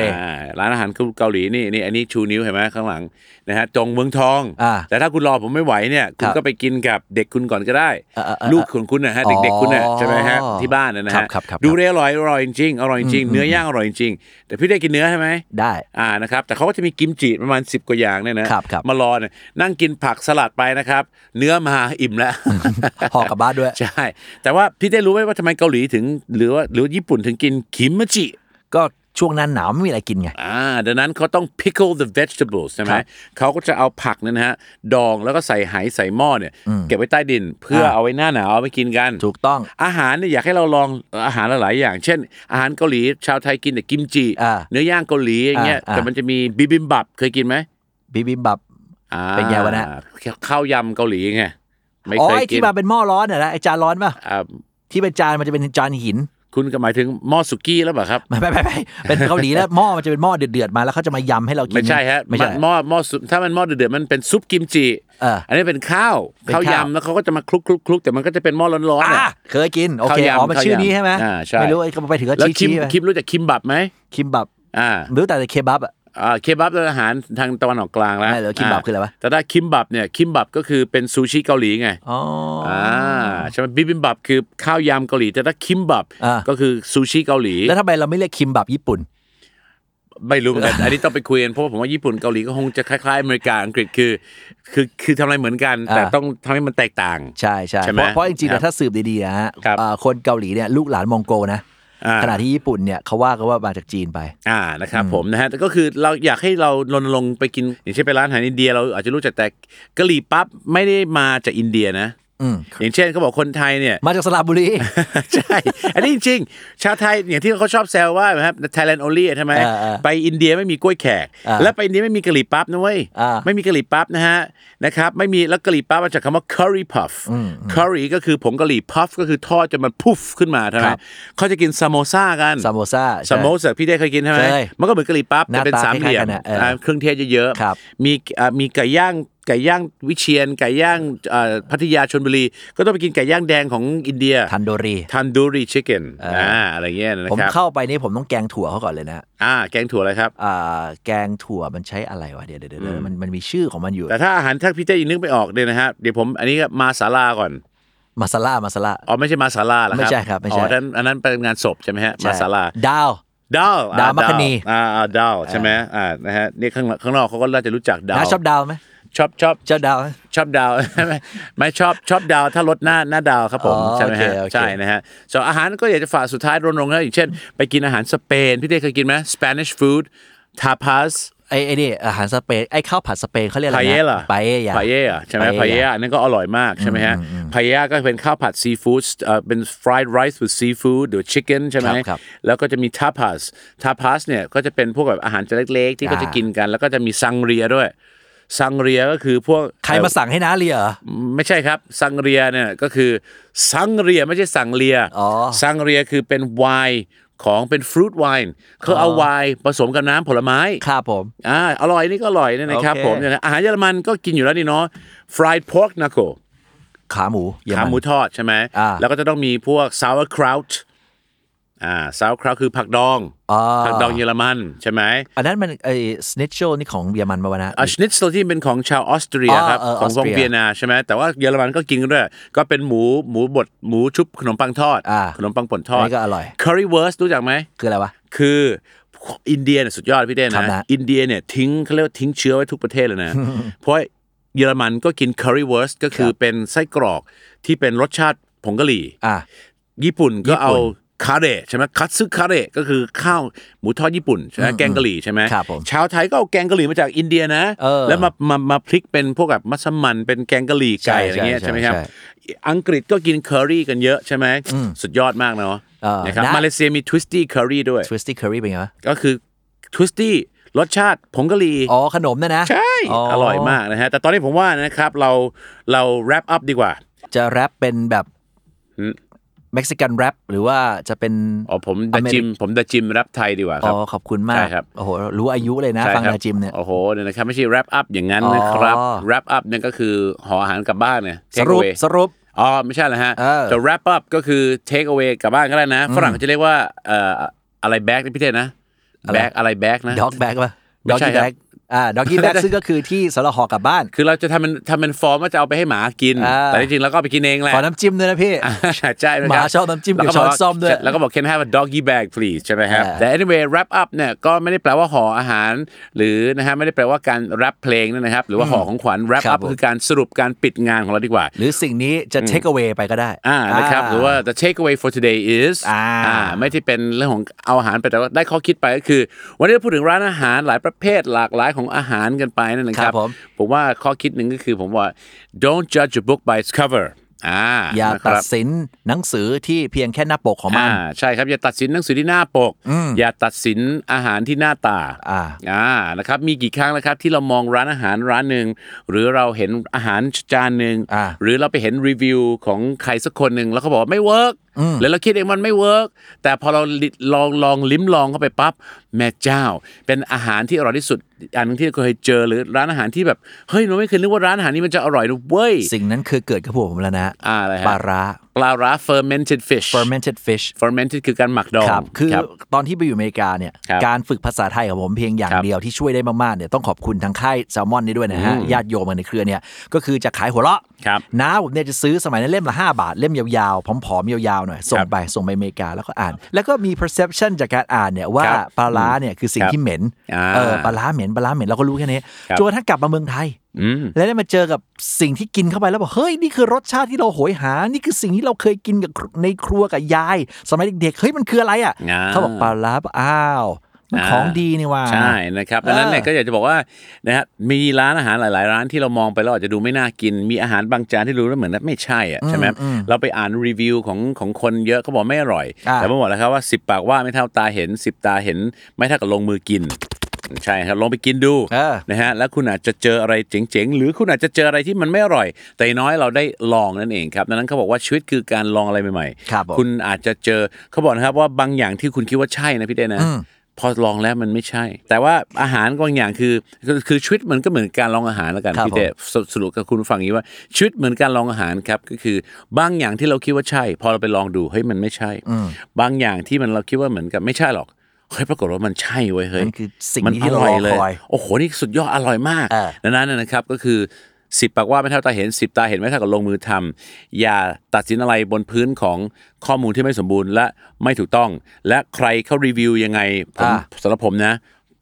ร้านอาหารเกาหลีนี่นี่อันนี้ชูนิ้วเห็นไหมข้างหลังนะฮะจงเมืองทอง
อ่า
แต่ถ้าคุณรอผมไม่ไหวเนี่ยคุ
ค
ณ
รับ
ก็ไปกินกับเด็กคุณก่อนก็ได้
เออเออเออ
ลูกของคุณนะฮะ
อ๋อ
เด็กๆคุณนะใช่ไหมฮะที่บ้านนะ
ครั
ฮะ
บครับครับ
ดูเรอร่อยอร่อยจริงอร่อยจริงเนื้อย่างอร่อยจริงแต่พี่ได้กินเนื้อใช่ไหม
ได้
อ่านะครับแต่เขาก็จะมีกิมจิประมาณ 10 กว่าอย่างเนี่ยนะครับ
ครับ
มารอเนี่ยนั่งกินผักสลัดไปนะครับ เนื้อมาอิ่มแล้ว
ห่อกลับบ้านด้วย
ใช่ แต่ว่าพี่ได้รู้ไหมว่าทำไมเกาหลีถึง หรือว่าหรือว่าญี่ปุ่นถึงกินคิมมจิ
ก็ช่วงหนั้นหนาวไม่มีอะไรกินไง
อ่าดังนั้นเขาต้อง pickle the vegetables ใช่ไหม
ครับ
เขาก็จะเอาผักเนยนะฮะดองแล้วก็ใส่ไหใส่หม้อเนี่ย เก็บไว้ใต้ดินเพื่ออา เอาไว้หน้าหนาวเอาไปกินกัน
ถูกต้อง
อาหารเนี่ยอยากให้เราลองอาหารหลายๆอย่าง เช่น อาหารเกาหลีชาวไทยกินแต่กิมจิ
อ่า
เนื้อย่างเกาหลีอย่างเงี้ย
อ่าอ่า
แต่มันจะมีบิบิมบับเคยกินไหม
บิบิมบับ
อ่า
เป็นไงวะนะ
ข้าวยำเกาหลีไงไม่
อ๋อ
เคย
ไอ้
กิ
ที่
น
มาเป็นหม้อร้อนน่ะนะไอจานร้อนป่ะ
อ่า
ที่เป็นจานมันจะเป็นจานหิน
คุณก็หมายถึงหม้อสุกี้แล้วเปล่าครับ
ไม่ไม่ไม่ไม่เป็นเกาหลีแล้วห ม้อมันจะเป็นหม้อเดือดๆมาแล้วเขาจะมายำให้เรากิน
ไม่ใช่ฮะ
ไม่ใช่
นหม้อหม้อซุปถ้ามันหม้อเดือดๆมันเป็นซุปกิมจิ
เอออั
นนี้เป็นข้าว
เป็น
ข้า
ข้าว ว
ยำแล้วเขาก็จะมาคลุกคลุกคลุกแต่มันก็จะเป็นหม้อร้อนๆ
อ่ะ
น่ะ
เคยกิน โอเค
ข้าวยำ
อ๋อมัน
ข้าวยำ
ชื่อนี้ใช่ไหม
อ่าใช่
ไม่รู้ไอ้ไปถึงก็
แล้ว
ชี้
คิม
ชี้ไป
คิมรู้จักคิมบับไหม
คิมบับ
อ่า
ไม่รู้แต่แต่เคบับอ่ะ
อ่าเคบับเป็นอาหารทางตะวันออกกลางแล้ว
ไม่เหรอคิมบับคืออะไรวะ
แต่ถ้าคิมบับเนี่ยคิมบับก็คือเป็นซูชิเกาหลีไง
อ๋ออ
อ่าใช่ไหมบิบิมบับคือข้าวยำเกาหลีแต่ถ้าคิมบับ
อ่า
ก็คือซูชิเกาหลี
แล้วทำไมเราไม่เรียกคิมบับญี่ปุ่น
ไม่รู้เหมื อนกัน อันนี้ต้องไปคุยกันเพราะว่าผมว่าญี่ปุ่นเกาหลีก็คงจะคล้ายๆอเมริกาอังกฤษคือ คือคือทำอะไรเหมือนกัน แต่
อ่า
ต้องทำให้มันแตกต่าง
ใช่ใช่
ใช่ไห
เพ
ม
ราะเพราะจริงๆ
ครับ
เนี่ยถ้าสืบดีๆนะฮะ
ครับ
เอ่อคนเกาหลีเนี่ยลูกหลานมองโกนะ
อ่า
ขณะที่ญี่ปุ่นเนี่ยเขาว่ากันว่ามาจากจีนไป
อ่านะครับผมนะฮะแต่ก็คือเราอยากให้เรารณรงค์ไปกิน อย่างเช่นไปร้านอาหารอินเดียเราอาจจะรู้จักแต่กะหรี่ปั๊บไม่ได้มาจากอินเดียนะ
อืม
อย่างเช่นเขาบอกคนไทยเนี่ย
มาจากสระบุรี
ใช่ อันนี้จริงๆ ชาวไทยอย่างที่เขาชอบแซวว่านะครับ Thailand only ใช่ไหม
เออเออ
ไปอินเดียไม่มีกล้วยแขก
อ่า
แล้วไปอินเดียไม่มีกะหรี่ปั๊บนะเว้ย
อ่า
ไม่มีกะหรี่ปั๊บนะฮะนะครับ ไม่มีแล้วกะหรี่ปั๊บมาจากคำว่า curry puff curry ก็คือผงกะหรี่ puff ก็คือทอดจนมันพุฟขึ้นมาใช่ไหม
ครับ
เขาจะกินซามโมซากัน
ซามโบซ่าใช่
ซามโมซาพี่ได้เคยกินใช่ไหม
เคย
มันก็เหมือนกะหรี่ปั๊บแต่เป็น
หน้าตา
สามเหลี่ยม
คล้ายๆกันอะเออ
อ่าเครื่องเทศเยอะ
ครับ
มีอ่ามีไก่ย่างไก่ย่างวิเชียนไก่ย่างอ่าพัทยาชลบุรี ก็ต้องไปกินไก่ย่างแดงของอินเดีย
ทันโดรี
ทันดูรีชิคเก้นอ่าอะไรเงี้ยนะ
ผม
ครับ
เข้าไปนี่ผมต้องแกงถั่วเขาก่อนเลยนะ
อ่าแกงถั่วอะไรครับ
อ่าแกงถั่วมันใช้อะไรวะเดี๋ยวเดี๋ยวเดี๋ยวเดี๋ยวมันมันมีชื่อของมันอยู่
แต่ถ้าอาหารถ้าพี่เต้ยังนึกไม่ออกเนี่ยนะฮะเดี๋ยวผมอันนี้ก็มาสาลาก่อน
มาซาล่ามาซาล่า
อ๋อไม่ใช่มาสาลาเหรอครับ
ไม่ใช่ครับไม่ใช่
อ๋อนั้นอันนั้นเป็นงานศพใช่ไหมฮะมา
ใช่
สาลา
ดาว
ดาวอ่
ดาวมัคคณี
อ่าอ่าดาวใช่ไหมอ่านะฮะนี่ข้างหลังข้างนอกเขาก็น่าจะรู้จักดาว
น้าชอบดาวไหม
ชอบชอบ
เจ้าดาวไหม
ชอบดาว ไม่ไม่ชอบชอบดาวถ้ารถหน้าหน้าดาวครับผม
อ๋อ
ใช่ไหม
โอ
ฮะ
เคโอเค
ใช่นะฮะส่วนอาหารก็อยากจะฝากสุดท้ายรณรงค์นะอย่างเช่น ไปกินอาหารสเปนพี่เต้เคยกินไหม Spanish food tapas
ไอ้ไอ้นี่อาหารสเปนไอ้ข้าวผัดสเปนเขาเรียกอะไร
พาเยล่ะ
นะปาเอยา
พาเยล่ะใช่ไหม
Paella
พาเยล่ะอันนั่นก็อร่อยมากใช่ไหมฮะพาเยล่ะก็เป็นข้าวผัดซีฟู้ดเอ่อเป็น fried rice with seafood หรือ chicken ใช่ไหม
ครับครับ
แล้วก็จะมี tapas tapas เนี่ยก็จะเป็นพวกแบบอาหารจานเล็กๆ ที่
อ่า
ก็จะกินกัน แล้วก็จะมีซังเรียด้วย ซังเรียก็คือพวก
ใครมาสั่งให้น้าเลียเหรอ
เอ่อไม่ใช่ครับ ซังเรียเนี่ยก็คือซังเรียไม่ใช่สังเรีย
อ๋อ
ซังเรียคือเป็นไวน์ของเป็นฟรุตไวน์เขาเอาไวน์ผสมกับน้ำผลไม้
ครับผม
อ่าอร่อยนี่ก็อร่อยเนี่ยนะครับ
โอเค
ผมเนี่ยนะอาหารเยอรมันก็กินอยู่แล้วนี่เนาะ fried pork knuckle
ขาหมูเยอร
ขาหมู
มัน
ทอดใช่ไหม
อ่า
แล้วก็จะต้องมีพวก sauerkraut อ่า sauerkraut คือผักดอง
อ่า
ผักดองเยอรมันใช่ไหม
อันนั้นมันไอ้สเนชโชนี่ของเยอรมันมาวะนะ
อ่า schnitzel ที่เป็นของชาวออสเตรีย
อ่า
ครับ
เออ
ของ
ออส
ว
เต
ง
รีย
เวียนาใช่ไหมแต่ว่าเยอรมันก็กินกันด้วย ก็เป็นหมูหมูบดหมูชุบขนมปังทอด
อ่า
ขนมปังป่นทอด
อันนี้ก็อร่อย
currywurst รู้จักไหม
คืออะไรวะ
คืออินเดียเนี่ยสุดยอดพี่เต้
ครั
นะ
บนะ
อินเดียเนี่ยทิ้งเขาเรียกว่าทิ้งเชื้อไว้ทุกประเทศเลยนะ เพราะเยอรมันก็กิน currywurst ก็คือเป็นไส้กรอกที่เป็นรสชาติผงกะหรี่
อ่ะ
ญี่ปุ่นก็เอา
ญี่ปุ่น
คาเรใช่ไหมคัตซึคาเรก็คือข้าวหมูทอดญี่ปุ่นใช่ไหมแกงกะหรี่ใช่ไหม
ครับผม
ชาวไทยก็เอาแกงกะหรี่มาจากอินเดียนะ
เออ
แล้วมามามาพลิกเป็นพวกแบบมัสมั่นเป็นแกงกะหรี่ไก่
ใช่
อะไรเงี้ย
ใช่
ใช่ไหมครับ
ใช่
อังกฤษก็กินเคอรี่กันเยอะใช่ไหมสุดยอดมากเนาะ
เออ
นะครับ
นะ
มาเลเซียมีทวิสตี้เคอรี่ด้วย
ทวิสตี้เคอรี่เป็นไงวะ
ก็คือทวิสตี้รสชาติผงกะหรี่
อ๋อขนมนะนะ
ใช่อร่อยมากนะฮะแต่ตอนนี้ผมว่านะครับเราเรา wrap up ดีกว่า
จะแรปเป็นแบบเม็กซิกันแรปหรือว่าจะเป็น
อ๋อผมดาจิม ผมดาจิม แรปไทยดีกว่าค
อ๋
รับ
อ ขอบคุณมา
ใช่
ก
ครับ
โอ้โห รู้อายุเลยนะ
ใช่
ฟัง
ครับ
นาจิมเนี่ย
โอ้โหเนี่ยนะครับไม่ใช่ wrap up อย่างนั้นนะครับ
อ๋อ
wrap up เนี่ยก็คือห่ออาหารกลับบ้านเนี่ย
ส
take
รุป
away
สรุป
อ๋อไม่ใช่เหรอฮะ
เออ
จะ wrap up ก็คือ take away กลับบ้านก็ได้นะ ฝรั่งเขาจะเรียกว่าเอ่ออะไรแบ็กนี่พี่เต้นะแบ็กอะไรแบ็กนะ
ด็อกแบ็กป่ะ
ไม่
ด็อก
ใช่
กี้
ครับ
แบ็กอ่าด็อกกี้ แบ็กซึ่งก็คือที่สำหรับห่อกลับบ้าน
คือเราจะทำเป็นทำเป็นฟอร์มว่าจะเอาไปให้หมากิน
อ่า
แต่จริงๆเราก็เอาไปกินเองแหละ
ขอน้ำจิ้มด้วยนะพี่
อ่าใช่นะ
ห
ครั
มาชอบน้ำจิ้มกับ
แล้วก็บก
ช้อนส้อมด้วย
แล้วก็บอก can I have a doggy bag please ใช่ไหมครับ
อ่า
แต่ anyway wrap up เนี่ยก็ไม่ได้แปลว่าห่ออาหาร หรือนะฮะไม่ได้แปลว่าการ wrap เพลงนะครับ หรือว่าห่อของขวัญ wrap
ครับ
up
ผม
คือการสรุปการปิดงานของเราดีกว่า
หรือสิ่งนี้จะ take away ไปก็ได้
อ่านะครับหรือว่า the takeaway for today is
อ่า
ไม่ที่เป็นเรื่องของเอาอาหารไปแต่ว่าได้ข้อคิดไปก็คือ วันนี้เราพูดถึงร้านอาหารหลายประเภทหลากหลายของอาหารกันไปนั่นนะครั
ค
บ
รับผม
ผมว่าข้อคิดหนึ่งก็คือผมว่า don't judge a book by its cover อ่า
อย่า
นะค
ตัด
รับ
สินหนังสือที่เพียงแค่หน้าปกของมัน
อ่าใช่ครับอย่าตัดสินหนังสือที่หน้าปก อย่าตัดสินอาหารที่หน้าตา
อ่า
อ่านะครับมีกี่ครั้งแล้วครับที่เรามองร้านอาหารร้านหนึ่งหรือเราเห็นอาหารจานหนึ่ง
อ่า
หรือเราไปเห็นรีวิวของใครสักคนหนึ่งแล้วเขาบอกว่าไม่เวิร์กแล้วเราคิดเองมันไม่เวิร์กแต่พอเราลิลองลองลิ้มลองเข้าไปปั๊บแม่เจ้า เป็นอาหารที่อร่อยที่สุดอันหนึงที่เราเคยเจอหรือร้านอาหารที่แบบเฮ้ยเราไม่เคยนึกว่าร้านอาหารนี้มันจะอร่อยนะเว้ย
สิ่งนั้นคือเกิดกับพวกผมแล้วนะ
อ่าอะไรฮะ
ปลาร้า
ปลาร้า fermented fish
fermented fish
fermented คือการหมักดอง
ครับคือ
รับ
ตอนที่ไปอยู่อเมริกาเนี่ย
ครับ
การฝึกภาษาไทยของผมเพียงอย่าง
ครับ
เดียวที่ช่วยได้มาก ๆ เนี่ยต้องขอบคุณทางค่ายแซลมอนนี่ด้วยนะฮะ ญาติโยมกันในเครือเนี่ย ก็คือจะขายหัวเราะ
ครับ
น้าผมเนี่ยจะซื้อสมัยนั้นเล่มละ 5 บาท เล่มยาวๆ ผอม ๆ ยาว ๆ หน่อย ส่
ค
ง
รับ
ไป ส่งไปอเมริกาแล้วก็อ่าน แล้วก็มี perception จากการอ่านเนี่ยว่า
ครับ
ปลาร้าเนี่ยคือสิ่งที่เหม็น
อ่า
เออปลาร้าเหม็นปลาร้าเหม็นเราก็รู้แค่นี้
ครับ
จนกระทั่งกลับมาเมืองไทย
อืม
แล้วได้มาเจอกับสิ่งที่กินเข้าไปแล้วบอกเฮ้ยนี่คือรสชาติที่เราโหยหา นี่คือสิ่งที่เราเคยกินกับในครัวกับยาย สมัยเด็กๆเฮ้ยมันคืออะไรอ่ะ
อ่า
เขาบอกปลาร้าอ้าวมัน
อ่า
ของดีนี่ว่า
ใช่นะครับดังนั้นเนี่ย
เออ
ก็อยากจะบอกว่านะฮะมีร้านอาหารหลาย ๆ ร้านที่เรามองไปแล้วอาจจะดูไม่น่ากิน มีอาหารบางจานที่รู้แล้วเหมือนนะไม่ใช่อ่ะใช่ไหมเราไปอ่านรีวิวของของคนเยอะเขาบอกไม่อร่อย
อ่า
แต่ผมบอกแล้วครับว่า 10 ปากว่าไม่เท่าตาเห็น 10 ตาเห็น ไม่เท่ากับลงมือกิน ใช่ครับลองไปกินดู
เออ
นะฮะแล้วคุณอาจจะเจออะไรเจ๋ง ๆ หรือคุณอาจจะเจออะไรที่มันไม่อร่อย แต่อย่างน้อยเราได้ลองนั่นเองครับดังนั้นเขาบอกว่าชีวิตคือการลองอะไรใหม่
ครับผม
ๆ คุณอาจจะเจอเขาบอกนะครับว่าบางอย่างที่คุณคิดว่าใช่นะพี่เต้นะ พอลองแล้วมันไม่ใช่ แต่ว่าอาหารบางอย่างคือคือคือชีวิตมันก็เหมือนการลองอาหารแล้วกัน
ครับ
พี่เต้สสรุปกับคุณผู้ฟังอย่างนี้ว่าชีวิตเหมือนการลองอาหารครับก็คือบางอย่างที่เราคิดว่าใช่ พอเราไปลองดูเฮ้ยมันไม่ใช่ บางอย่างที่มันเราคิดว่าเหมือนกับไม่ใช่หรอกเฮ้ยปรากฏว่ามันใช่เว้ยเฮ้ย
มันคือสิ่ง
มัน
ที่เรารอ
เลย
คอย
โอ้โห นี่สุดยอดอร่อยมาก
เออ
ดังนั้นนะนะครับก็คือสิบปากว่าไม่เท่าตาเห็นสิบตาเห็นไม่เท่ากับลงมือทำอย่าตัดสินอะไรบนพื้นของข้อมูลที่ไม่สมบูรณ์และไม่ถูกต้อง และใครเขารีวิวยังไงผม
อ่า
สำหรับผมนะ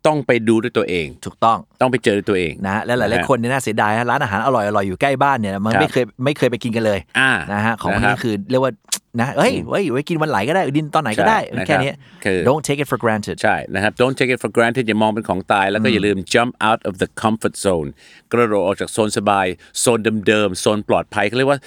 ต้องไปดูด้วยตัวเอง
ถูกต้อง
ต้องไปเจอด้วยตัวเอง
นะฮะและหลายๆคนเนี่ยน่าเสียดายนะร้านอาหารอร่อยๆอยู่ใกล้บ้านเนี่ยมันไม่เคยไม่เคยไปกินกันเลย
อ่า
นะฮะของพวก
นะ
นี้
รับ
คือเรียกว่านะเฮ้ยเว้ยไว้กินวันไหลก็ได้ดินตอนไหนก็ได้
ใช่นะครับ
แค่เนี้ย
คือ
don't take it for granted
ใช่นะครับ don't take it for granted อย่ามองเป็นของตาย แล้วก็อย่าลืม jump out of the comfort zone กระโดดออกจากโซนสบาย โซนเดิมๆ โซนปลอดภัยเขาเรียกว่า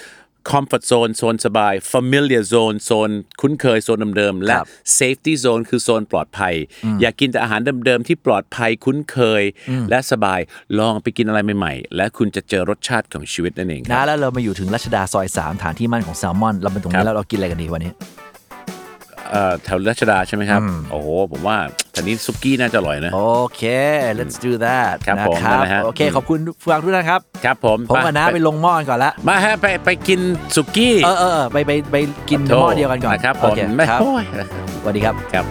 comfort zone โซนสบาย familiar zone โซนคุ้นเคย โซนเดิมๆ และ
ครับ
safety zone คือโซนปลอดภัย อย่ากกินแต่อาหารเดิมๆ ที่ปลอดภัยคุ้นเคย และสบาย ลองไปกินอะไรใหม่ๆ และคุณจะเจอรสชาติของชีวิตนั่นเองครับ
นะแล้วเรามาอยู่ถึงรัชดาซอย3ฐานที่มั่นของแซลมอนเราเป็นตรง
ครั
นี้
บ
แล้วเรากินอะไรกันดีวันนี้
เอ่อแถวรัชดาใช่ไหมครับ โอ้โห ผมว่าแถวนี้ซุกี้น่าจะอร่อยนะ
โอเค let's do that
ครับ
นะ
ผม
ครับ
นะฮะ
โอเค ขอบคุณผู้ฟังทุกท่านครับ
ครับผม
ผมกับน้าไปลงหม้อกันก่อนละ
มาฮะไปไปกินสุกี้
เออเออเออไปไปไปกินหม้อเดียวกันก่อน
นะครับผ
โอ
ม
เค
ไม่
ครับ
โอ้ย
สวัสดีครับ
ครับ